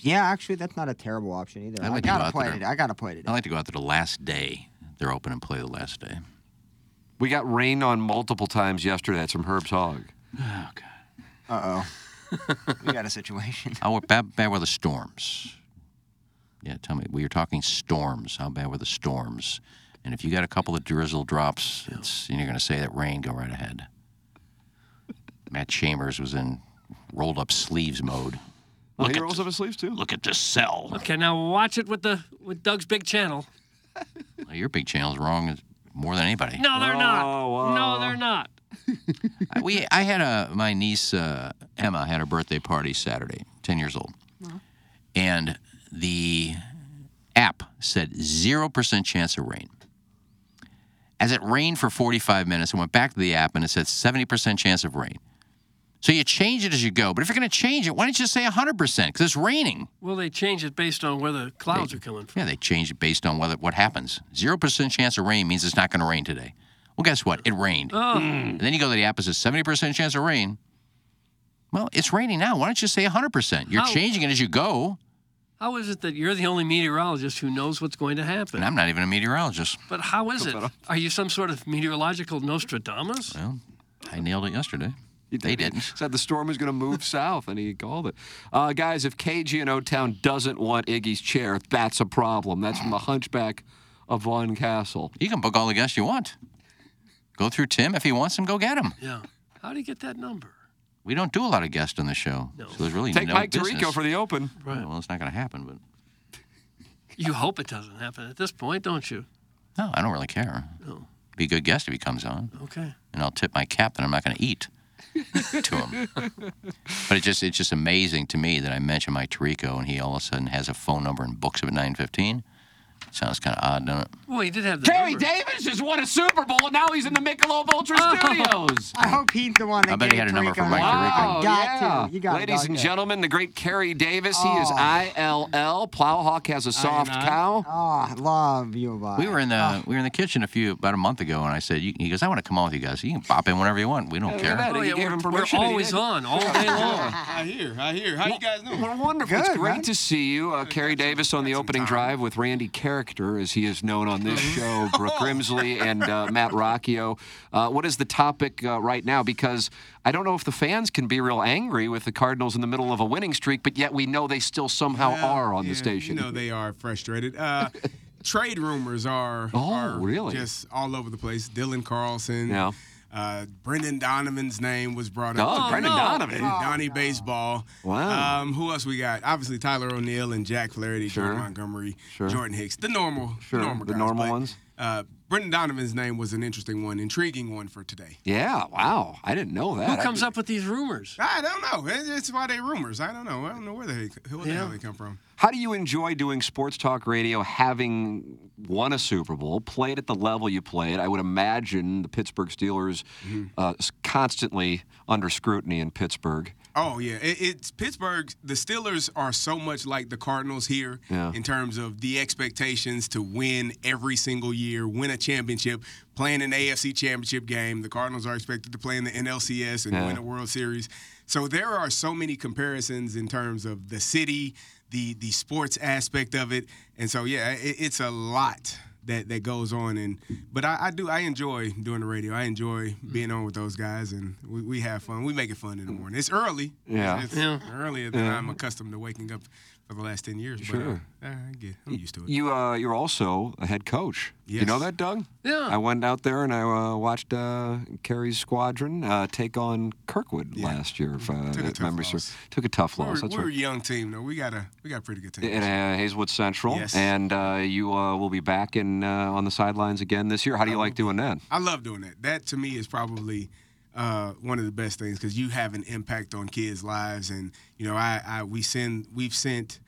yeah, actually, that's not a terrible option either.
I'd
I
like to go
gotta
out
play
there.
today. I gotta play today.
I like to go out there the last day. They're open and play the last day.
We got rained on multiple times yesterday. That's from Herb's Hog.
Oh
Uh oh. we got a situation.
How were- bad, bad were the storms? Yeah, tell me. We were talking storms. How bad were the storms? And if you got a couple of drizzle drops, it's, and you're going to say that rain, go right ahead. Matt Chambers was in rolled up sleeves mode.
Well,
Look
he
at
rolls up his sleeves too.
Look at this cell.
Okay, now watch it with the with Doug's big channel.
Your big channel's wrong more than anybody.
No, they're not. No, they're not.
I- we I had a my niece uh, Emma had a birthday party Saturday, ten years old, and the app said zero percent chance of rain. As it rained for 45 minutes, I went back to the app and it said 70% chance of rain. So you change it as you go. But if you're going to change it, why don't you say 100%? Because it's raining.
Well, they change it based on where the clouds are coming from.
Yeah, they change it based on whether what happens. Zero percent chance of rain means it's not going to rain today. Well, guess what? It rained.
Oh.
Mm.
And then you go to the app and says seventy percent chance of rain. Well, it's raining now. Why don't you say hundred percent? You're
How-
changing it as you go.
How is it that you're the only meteorologist who knows what's going to happen?
And I'm not even a meteorologist.
But how is it? Are you some sort of meteorological Nostradamus?
Well, I nailed it yesterday. They didn't.
Said the storm was going to move south, and he called it. Uh, guys, if KG in O Town doesn't want Iggy's chair, that's a problem. That's from the Hunchback of Von Castle.
You can book all the guests you want. Go through Tim if he wants them. Go get him.
Yeah. How do you get that number?
We don't do a lot of guests on the show, no. so there's really
Take
no
Mike
business.
Tirico for the open.
Right. Well, it's not going to happen, but
You hope it doesn't happen at this point, don't you?
no, I don't really care.
No.
Be a good guest if he comes on,
Okay.
and I'll tip my cap that I'm not going to eat. to him. But it just it's just amazing to me that I mention Mike Tirico and he all of a sudden has a phone number and books him at nine fifteen. Sounds kind of odd, doesn't it?
Well, he did have the
Terry Davis just won a Super Bowl, and now he's in the Michelob Ultra Studios.
Oh,
I hope he's the one that
I bet he
gave
had a number
Tarico
for
that.
Mike
Wow,
Tirico.
got
Oh, yeah.
to. You got
Ladies
to
and gentlemen, the great Kerry Davis. He is
Oh.
ILL. Plowhawk has a soft cow.
Oh, I love you, Bob.
We were in the we were in the kitchen a few about a month ago, and I said you, he goes, I want to come on with you guys. You can pop in whenever you want. We don't care.
that.
Oh,
He
yeah,
gave
we're-
him
we're
permission and he
always
did.
on, all day long.
I hear, I hear. How you guys doing?
Well, wonderful. it's great to see you. Uh, Kerry Davis on the opening drive with Randy Character, as he is known on this
Mm-hmm.
show, Brooke Grimsley and uh, Matt Rocchio. Uh, what is the topic uh, right now? Because I don't know if the fans can be real angry with the Cardinals in the middle of a winning streak, but yet we know they still somehow
Well,
are on
yeah,
the station.
You know Oh, they are frustrated. Uh, trade rumors are
Oh,
are
really?
just all over the place. Dylan Carlson.
Yeah.
Uh, Brendan Donovan's name was brought up.
Oh,
today.
Brendan Oh, Donovan. no.
Donnie Baseball.
Wow.
Um, who else we got? Obviously Tyler O'Neill and Jack Flaherty, Jordan Montgomery,
Sure.
Jordan Hicks. The normal,
Sure,
the normal,
the
guys,
normal
but,
ones.
Uh, Brendan Donovan's name was an interesting one, intriguing one for today.
Yeah, wow. I didn't know that.
Who comes up with these rumors?
I don't know. It- It's why they rumors. I don't know. I don't know where the, heck- where the hell they come from.
How do you enjoy doing sports talk radio having won a Super Bowl, played at the level you played? I would imagine the Pittsburgh Steelers
Mm-hmm.
uh, s- constantly under scrutiny in Pittsburgh.
Oh yeah, it, it's Pittsburgh. The Steelers are so much like the Cardinals here
Yeah.
in terms of the expectations to win every single year, win a championship, playing an AFC championship game. The Cardinals are expected to play in the NLCS and
Yeah.
win a World Series. So there are so many comparisons in terms of the city, the the sports aspect of it, and so yeah, it, it's a lot. That, that goes on and but I, I do I enjoy doing the radio I enjoy being on with those guys and we, we have fun we make it fun in the morning it's early
Yeah.
it's
Yeah.
earlier than
Yeah.
I'm accustomed to waking up for the last ten years.
Sure.
But, uh, I get, I'm used to it.
You uh, you're also a head coach. You know
Yes.
that, Doug?
Yeah.
I went out there and I uh, watched uh, Kerry's squadron uh, take on Kirkwood last year. If, uh,
Took a
if
tough
memory
loss.
serves. Took a tough
We're,
loss. That's
we're a
right.
young team though. We got a we got a pretty good team.
In uh, Hazelwood Central,
Yes.
and uh, you uh, will be back in uh, on the sidelines again this year. How do you like doing that?
I love doing that. That to me is probably uh, one of the best things because you have an impact on kids' lives, and you know, I, I we send we've sent.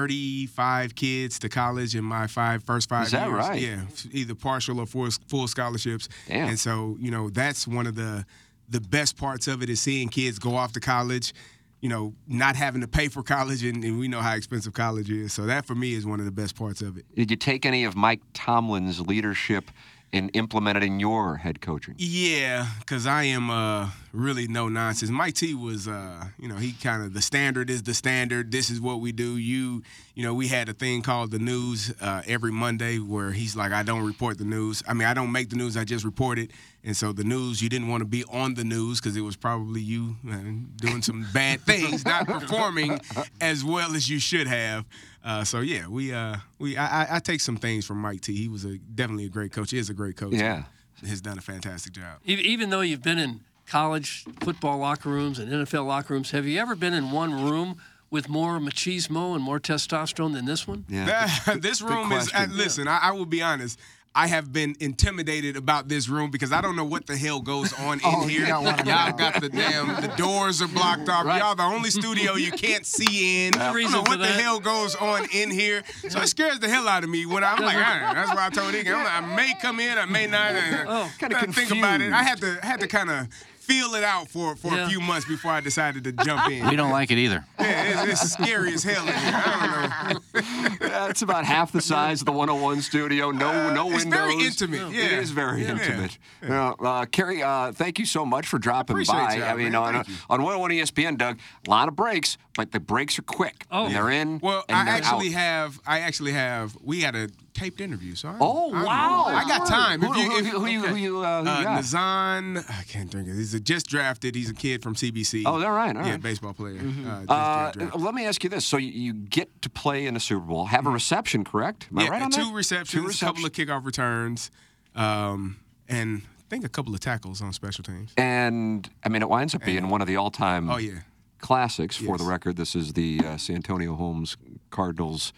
35 kids to college in my five first five
Is that
years.
right?
Yeah, either partial or full, full scholarships.
Damn.
And so, you know, that's one of the the best parts of it is seeing kids go off to college, you know, not having to pay for college, and, and we know how expensive college is. So that for me is one of the best parts of it.
Did you take any of Mike Tomlin's leadership and implement it in your head coaching?
Yeah, because I am uh, really no nonsense. Mike T was, uh, you know, he kind of the standard is the standard. This is what we do. You, you know, we had a thing called the news uh, every Monday where he's like, I don't report the news. I mean, I don't make the news. I just report it. And so the news, you didn't want to be on the news because it was probably you uh, doing some bad things, not performing as well as you should have. Uh, so yeah, we uh, we I, I- I take some things from Mike T. He was a definitely a great coach. He is a great coach.
Yeah.
Has done a fantastic job.
E- Even though you've been in college football locker rooms and NFL locker rooms, have you ever been in one room with more machismo and more testosterone than this one?
this room is. Uh,
question.
listen, I, I will be honest. I have been intimidated about this room because I don't know what the hell goes on in
Oh, you
here.
don't
Y'all
wanna know.
got the damn the doors are blocked off.
Right.
Y'all the only studio you can't see in.
There's a
I don't
reason
know
for
what the
that.
hell goes on in here. So it scares the hell out of me when I'm like, all right, that's why I told Iggy. I'm like, I may come in, I may not.
Oh, kinda
I Uh, think about it. I
confused.
had to I had to kind of feel it out for for
Yeah.
a few months before I decided to jump in.
We don't like it either.
Yeah, it's, it's scary as hell in here. I don't know.
That's about half the size of the 101 studio. No, no
Uh, it's
windows.
very intimate,
It
yeah.
is very
Yeah.
intimate. Now, uh, Kerry, uh, thank you so much for dropping
Appreciate
by.
y'all,
I mean,
man.
on,
Thank
on 101 ESPN, Doug, a lot of breaks, but the breaks are quick.
Oh.
they're in.
Well,
and
I
they're
actually
out.
have. I actually have. We had a taped interview, so I,
Oh,
I-
wow.
I got time.
Who- who- who you- who you, uh, who you got?
Nazan, I can't think of. He's a just drafted. He's a kid from CBC.
Oh, they're right. all
yeah,
right.
baseball player. Uh, just
Uh,
drafted. Mm-hmm.
let me ask you this: So you, you get to play in a Super Bowl, have a reception, correct? Am I
yeah,
right on
two
that?
receptions,
Two
a couple of kickoff returns, um, and I think a couple of tackles on special teams.
And I mean, it winds up being one of the all-time
Oh, yeah.
classics. For the record, this is the uh, San Antonio Holmes Cardinals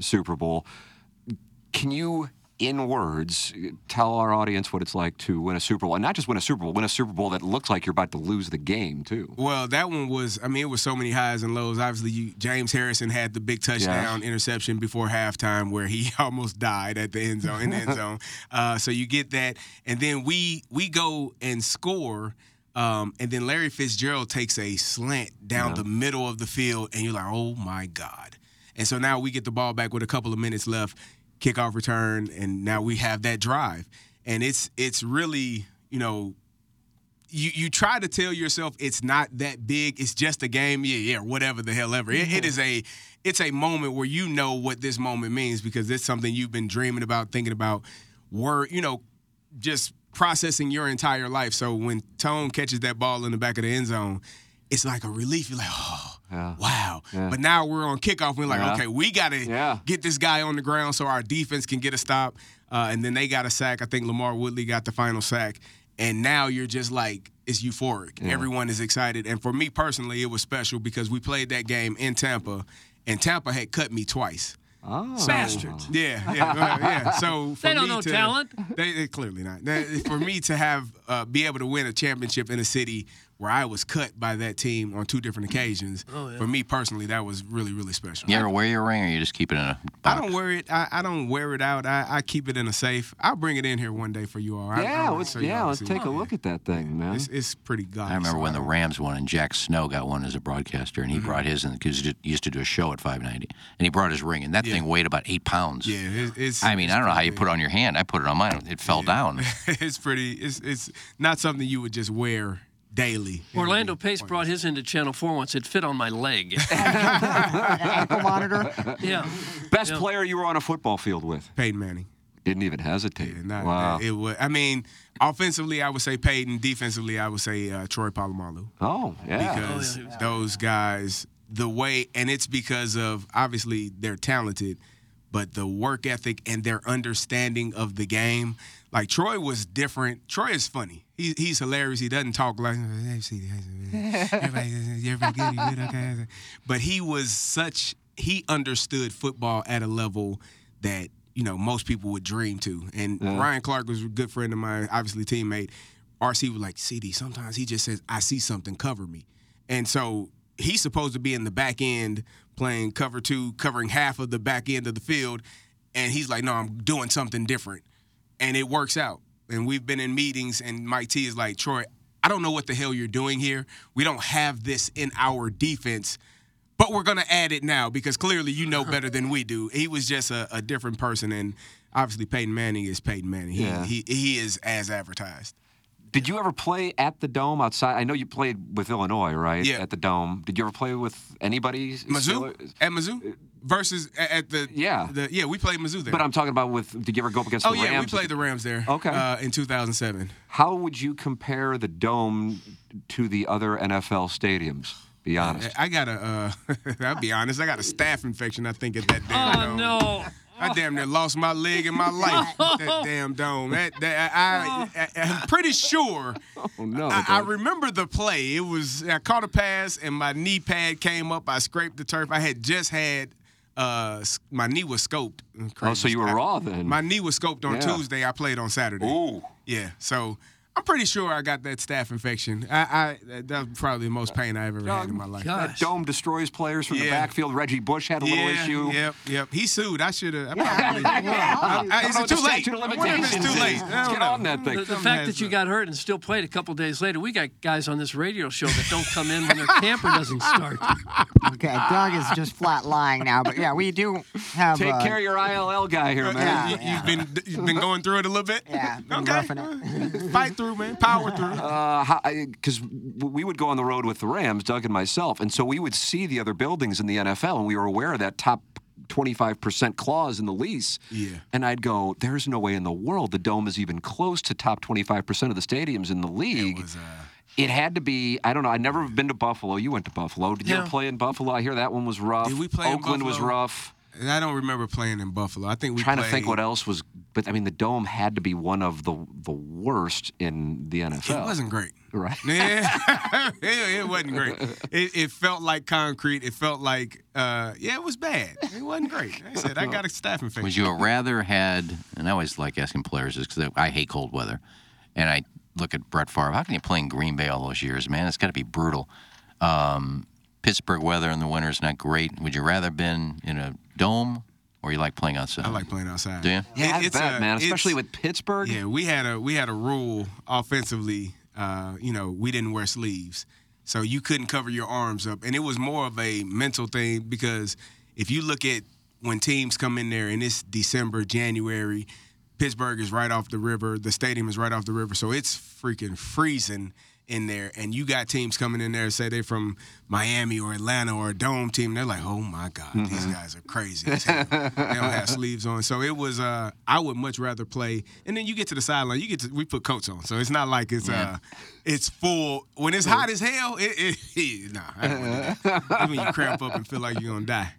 Super Bowl. Can you, in words, tell our audience what it's like to win a Super Bowl, and not just win a Super Bowl, win a Super Bowl that looks like you're about to lose the game too?
Well, that one was. I mean, it was so many highs and lows. Obviously, you, James Harrison had the big touchdown interception before halftime, where he almost died at the end zone. In the end zone, uh, so you get that, and then we we go and score. Um, and then Larry Fitzgerald takes a slant down the middle of the field, and you're like, "Oh my God!" And so now we get the ball back with a couple of minutes left, kickoff return, and now we have that drive. And it's it's really you know you you try to tell yourself it's not that big. It's just a game. Yeah, yeah, whatever the hell ever. It, it is a it's a moment where you know what this moment means because it's something you've been dreaming about, thinking about, word, you know, just processing your entire life. So when Tone catches that ball in the back of the end zone, it's like a relief. You're like, oh, wow.
Yeah.
But now we're on kickoff. We're like,
Yeah.
okay, we got to get this guy on the ground so our defense can get a stop. Uh, and then they got a sack. I think Lamar Woodley got the final sack. And now you're just like, it's euphoric.
Yeah.
Everyone is excited. And for me personally, it was special because we played that game in Tampa, and Tampa had cut me twice.
Oh.
Bastards.
Yeah, yeah, uh, yeah. So for
They don't
me
know
to-
talent.
They, they clearly not. They- for me to have uh, be able to win a championship in a city where I was cut by that team on two different occasions,
Oh, yeah.
for me personally, that was really really special.
You ever wear your ring, or you just keep it in a?
I don't wear it. I, I don't wear it out. I, I keep it in a safe. I'll bring it in here one day for you all. I-
yeah,
I'll
let's,
show you
yeah,
all
let's
to see.
take a look at that thing, man.
It's, it's pretty Um, god.
I remember when the Rams won and Jack Snow got one as a broadcaster,
Mm-hmm.
and he brought his in because he did- used to do a show at 590, and he brought his ring, and that thing weighed about eight pounds.
Yeah, it's. it's
I mean, I don't know how you put it on your hand. I put it on mine; it fell down.
it's pretty. It's it's not something you would just wear daily.
Orlando Pace brought his into Channel 4 once. It fit on my leg.
ankle monitor.
Yeah.
Best player you were on a football field with?
Peyton Manning.
Didn't even hesitate.
Not-
wow.
It would. I mean, offensively, I would say Peyton. Defensively, I would say uh, Troy Polamalu.
Oh, yeah.
Because those guys, the way, and it's because of obviously they're talented, but the work ethic and their understanding of the game. Like Troy was different. Troy is funny. He, he's hilarious. He doesn't talk like. Everybody, everybody good, you good, okay. But he was such. He understood football at a level that you know most people would dream to. And
Yeah.
Ryan Clark was a good friend of mine, obviously teammate. RC was like, CD, sometimes he just says, I see something, cover me. And so he's supposed to be in the back end playing cover two, covering half of the back end of the field. And he's like, no, I'm doing something different. And it works out. And we've been in meetings, and Mike T is like, Troy, I don't know what the hell you're doing here. We don't have this in our defense, but we're going to add it now because clearly you know better than we do. He was just a, a different person. And obviously, Peyton Manning is Peyton Manning. He-
Yeah.
he, he is as advertised.
Did you ever play at the Dome outside? I know you played with Illinois, right?
Yeah.
At the Dome. Did you ever play with anybody?
Mizzou at Mizzou versus a- at the yeah the, yeah we played Mizzou there.
But I'm talking about with. Did you ever go up against
oh
the
yeah,
Rams?
we played the Rams there.
Okay.
uh, in 2007.
How would you compare the Dome to the other NFL stadiums? Be honest.
I got a uh, I'll be honest, I got a staph infection. I think at that damn
Oh,
dome.
no.
I damn near lost my leg and my life. at that damn dome. That, that I, I, I, am pretty sure.
Oh no.
I, I remember the play. It was I caught a pass and my knee pad came up. I scraped the turf. I had just had uh, s- my knee was scoped.
Oh, so you were
I-
raw then.
My knee was scoped on
Yeah.
Tuesday. I played on Saturday.
Ooh.
Yeah. So I'm pretty sure I got that staph infection. I, I that's probably the most pain I've ever had in my life.
That dome destroys players from the
Yeah.
backfield. Reggie Bush had a little
yeah,
issue.
Yep, yep. He sued. I should have.
Oh,
I don't
Is
know
it
what the
too late?
statute of
I wonder if it's
limitations
too
is.
late.
Let's get on that thing.
The, the fact that you got hurt and still played a couple days later, we got guys on this radio show that don't come in when their camper doesn't start.
Okay, Doug is just flat lying now, but yeah, we do have.
Take
uh,
care of your ILL guy here,
Uh, Yeah,
man.
you- you've been you've been going through it a little bit.
Yeah, been
okay.
roughing
Fight through, man. Power through.
Uh, Because we would go on the road with the Rams, Doug and myself, and so we would see the other buildings in the NFL, and we were aware of that top 25% clause in the lease.
Yeah.
And I'd go, there's no way in the world the dome is even close to top 25% of the stadiums in the league. It,
uh,
had to be, I don't know, I'd never been to Buffalo. You went to Buffalo. Did you
Yeah.
ever play in Buffalo? I hear that one was rough.
Did we play in
Oakland was
Buffalo?
rough.
And I don't remember playing in Buffalo. I think we
Trying
played,
to think what else was, but I mean, the dome had to be one of the the worst in the NFL.
It wasn't great.
Right.
Yeah, it, it wasn't great. It, it felt like concrete. It felt like, uh, yeah, it was bad. It wasn't great. I said I got a staff infection.
Would you have rather had? And I always like asking players this because I hate cold weather, and I look at Brett Favre. How can you play in Green Bay all those years, man? It's got to be brutal. Um, Pittsburgh weather in the winter is not great. Would you rather been in a dome, or you like playing outside?
I like playing outside.
Do you?
Yeah, I
It- it's
bet,
a-
man. Especially
it's-
with Pittsburgh.
Yeah, we had a we had a rule offensively. Uh, you know, we didn't wear sleeves, so you couldn't cover your arms up, and it was more of a mental thing because if you look at when teams come in there and it's December, January, Pittsburgh is right off the river, the stadium is right off the river, so it's freaking freezing in there, and you got teams coming in there, say they're from Miami or Atlanta or a dome team, they're like, oh my god, these guys are crazy. as hell." they don't have sleeves on, so it was. Uh, I would much rather play, and then you get to the sideline, you get to we put coats on, so it's not like it's
Yeah.
uh, it's full. When it's hot as hell, it, it nah, I don't wanna do that. That's when you cramp up and feel like you're gonna die.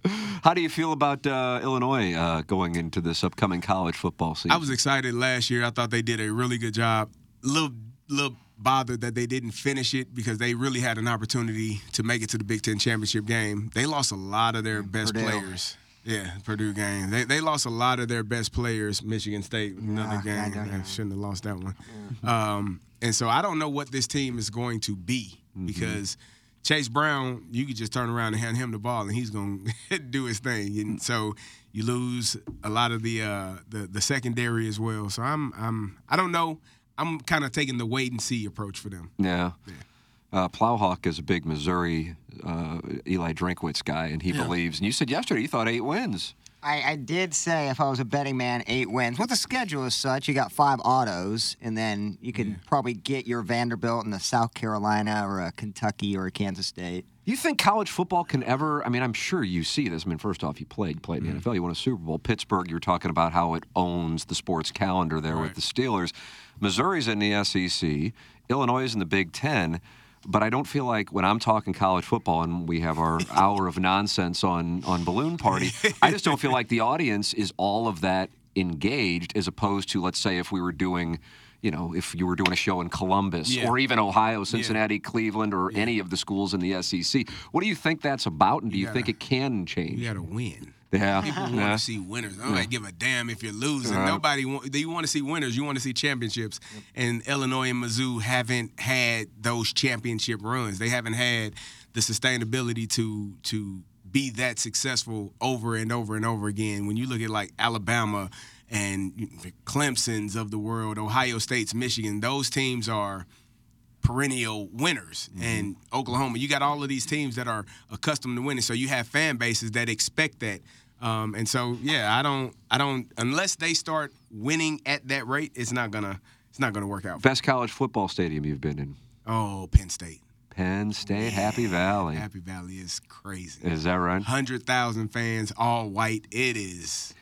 How do you feel about uh, Illinois uh, going into this upcoming college football season?
I was excited last year. I thought they did a really good job. Little little bothered that they didn't finish it because they really had an opportunity to make it to the Big Ten championship game. They lost a lot of their best
Purdue.
players. Yeah, Purdue game. They, they lost a lot of their best players. Michigan State, another
Nah, I
game.
don't
They shouldn't have lost that one. Um, and so I don't know what this team is going to be because Chase Brown, you could just turn around and hand him the ball and he's going to do his thing. And so you lose a lot of the uh, the the secondary as well. So I'm I'm I don't know. I'm kind of taking the wait and see approach for them.
yeah. Uh, Plowhawk is a big Missouri uh, Eli Drinkwitz guy, and he believes. And you said yesterday you thought eight wins.
I, I did say if I was a betting man, eight wins. Well, the schedule is such you got five autos, and then you could probably get your Vanderbilt and a South Carolina or a Kentucky or a Kansas State.
You think college football can ever? I mean, I'm sure you see this. I mean, first off, you played, you played in the NFL, you won a Super Bowl. Pittsburgh, you're talking about how it owns the sports calendar there with the Steelers. Missouri's in the SEC, Illinois is in the Big Ten. But I don't feel like when I'm talking college football and we have our hour of nonsense on on Balloon Party, I just don't feel like the audience is all of that engaged as opposed to let's say if we were doing, you know, if you were doing a show in Columbus
Yeah.
or even Ohio, Cincinnati, Cleveland, or any of the schools in the SEC. What do you think that's about, and do you, think it can change?
You got to win.
Yeah.
People want
yeah.
to see winners. I don't
Yeah. Uh-huh.
give a damn if you're losing.
Right.
Nobody want, you want to see winners. You want to see championships. And Illinois and Mizzou haven't had those championship runs. They haven't had the sustainability to to be that successful over and over and over again. When you look at like Alabama and the Clemson's of the world, Ohio State's, Michigan, those teams are perennial winners
Mm-hmm.
and Oklahoma. You got all of these teams that are accustomed to winning, so you have fan bases that expect that. Um, and so, yeah, I don't, I don't, unless they start winning at that rate, it's not gonna, it's not gonna work out.
Best college football stadium you've been in?
Oh, Penn State,
Penn State, Happy Valley.
Happy Valley is crazy.
Is that right?
Hundred thousand fans, all white. It is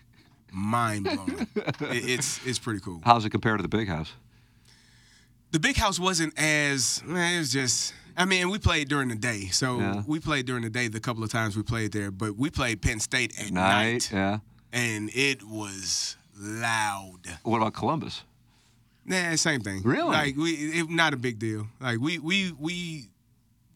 mind blowing. it, it's, it's pretty cool.
How's it compare to the Big House?
the big house wasn't as man, it was just I mean, we played during the day. So
Yeah.
we played during the day the couple of times we played there, but we played Penn State at night,
Night. Yeah.
and it was loud.
What about Columbus?
Nah, Eh, same thing.
Really?
Like we it, not a big deal. Like we we we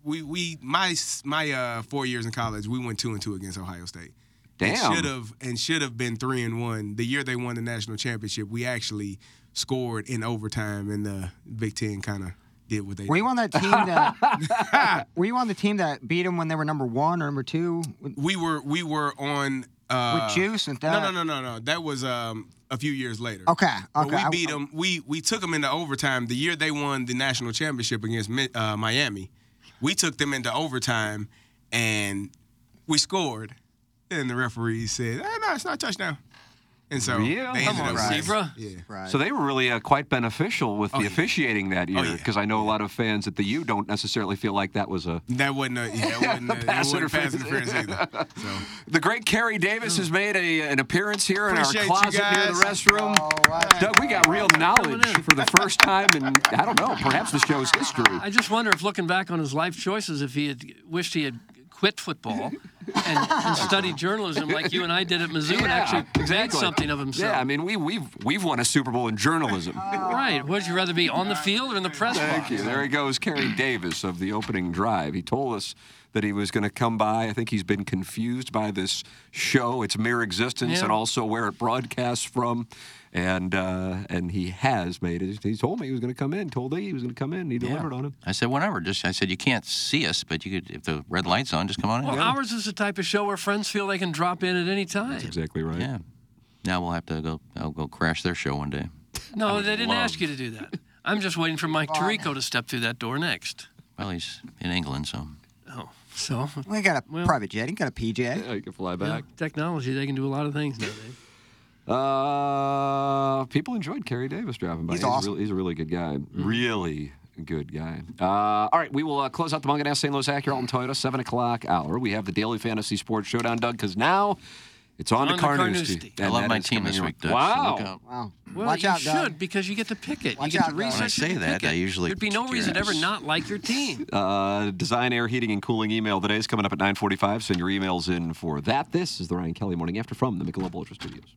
we we my s- my uh 4 years in college, we went 2 and 2 against Ohio State.
Damn.
Should have and should have been three and one. The year they won the national championship, we actually scored in overtime, and the Big Ten kind of did what they.
Were
did.
you on that team that? were you on the team that beat them when they were number one or number two?
We were we were on uh,
With Juice and
No,
that?
no, no, no, no. That was um, a few years later.
Okay,
But
okay, I-
we beat them. Um, We we took them into overtime the year they won the national championship against Mi- uh, Miami. We took them into overtime, and we scored. And the referee said, eh, "No, it's not a touchdown." And so
Really?
they
Come
ended up
on,
winning.
Zebra.
Yeah.
So they were really uh, quite beneficial with
Oh,
the
yeah.
officiating that
Oh,
year
yeah.
because I know a lot of fans at the U don't necessarily feel like that was a
That wasn't a yeah, it wasn't a, it
Pass
wasn't pass
interference.
interference either. So
The great Kerry Davis has made a, uh, an appearance here
Appreciate
in
you
our closet near the
guys.
restroom. Doug, we got real knowledge for the first time in, I don't know, perhaps the show's history.
I just wonder if looking back on his life choices, if he had wished he had quit football and, and studied journalism like you and I did at Mizzou and
Yeah,
actually made
exactly.
something of himself.
Yeah, I mean, we, we've, we've won a Super Bowl in journalism.
Oh.
Right. Would you rather be on the field or in the press
Thank
box?
you. There he goes, Kerry Davis of the opening drive. He told us that he was going to come by. I think he's been confused by this show, its mere existence,
Yeah.
and also where it broadcasts from. And uh, and he has made it. He told me he was going to come in. Told me he was going to come in. He delivered on him.
I said whenever. Just I said you can't see us, but you could if the red light's on, just come on in.
Well, ours is the type of show where friends feel they can drop in at any time.
exactly right.
Yeah. Now we'll have to go. I'll go crash their show one day.
No, they didn't ask you to do that. I'm just waiting for Mike Tirico to step through that door next.
Well, he's in England, so.
Oh, so
We got a private jet. You got a PJ.
you can fly
yeah, technology, they can do a lot of things nowadays.
Uh, people enjoyed Kerry Davis driving by.
He's
a
awesome. Mm-hmm.
really- he's a really good guy. Really good guy. Uh, all right, we will uh, close out the Mungan St. Louis Acura Alton Toyota, 7 o'clock hour. We have the Daily Fantasy Sports Showdown, Doug, because now it's on,
On
to
to
Carnoustie.
Carnoustie.
I
And
love
that
my
is
team
coming
this
your-
week, Doug, so
Wow.
look out.
Wow.
Well,
Watch
you
out,
should
Doug.
because you get to pick it.
Watch
you get to
out, Doug. When I
research.
say
it and
that,
pick
I
it.
usually
there'd be no
kick your
reason to ever
ass.
not like your team.
Uh, design, air, heating, and cooling email today is coming up at 945. Send your emails in for that. This is the Ryan Kelly Morning After from the Michelob Ultra Studios.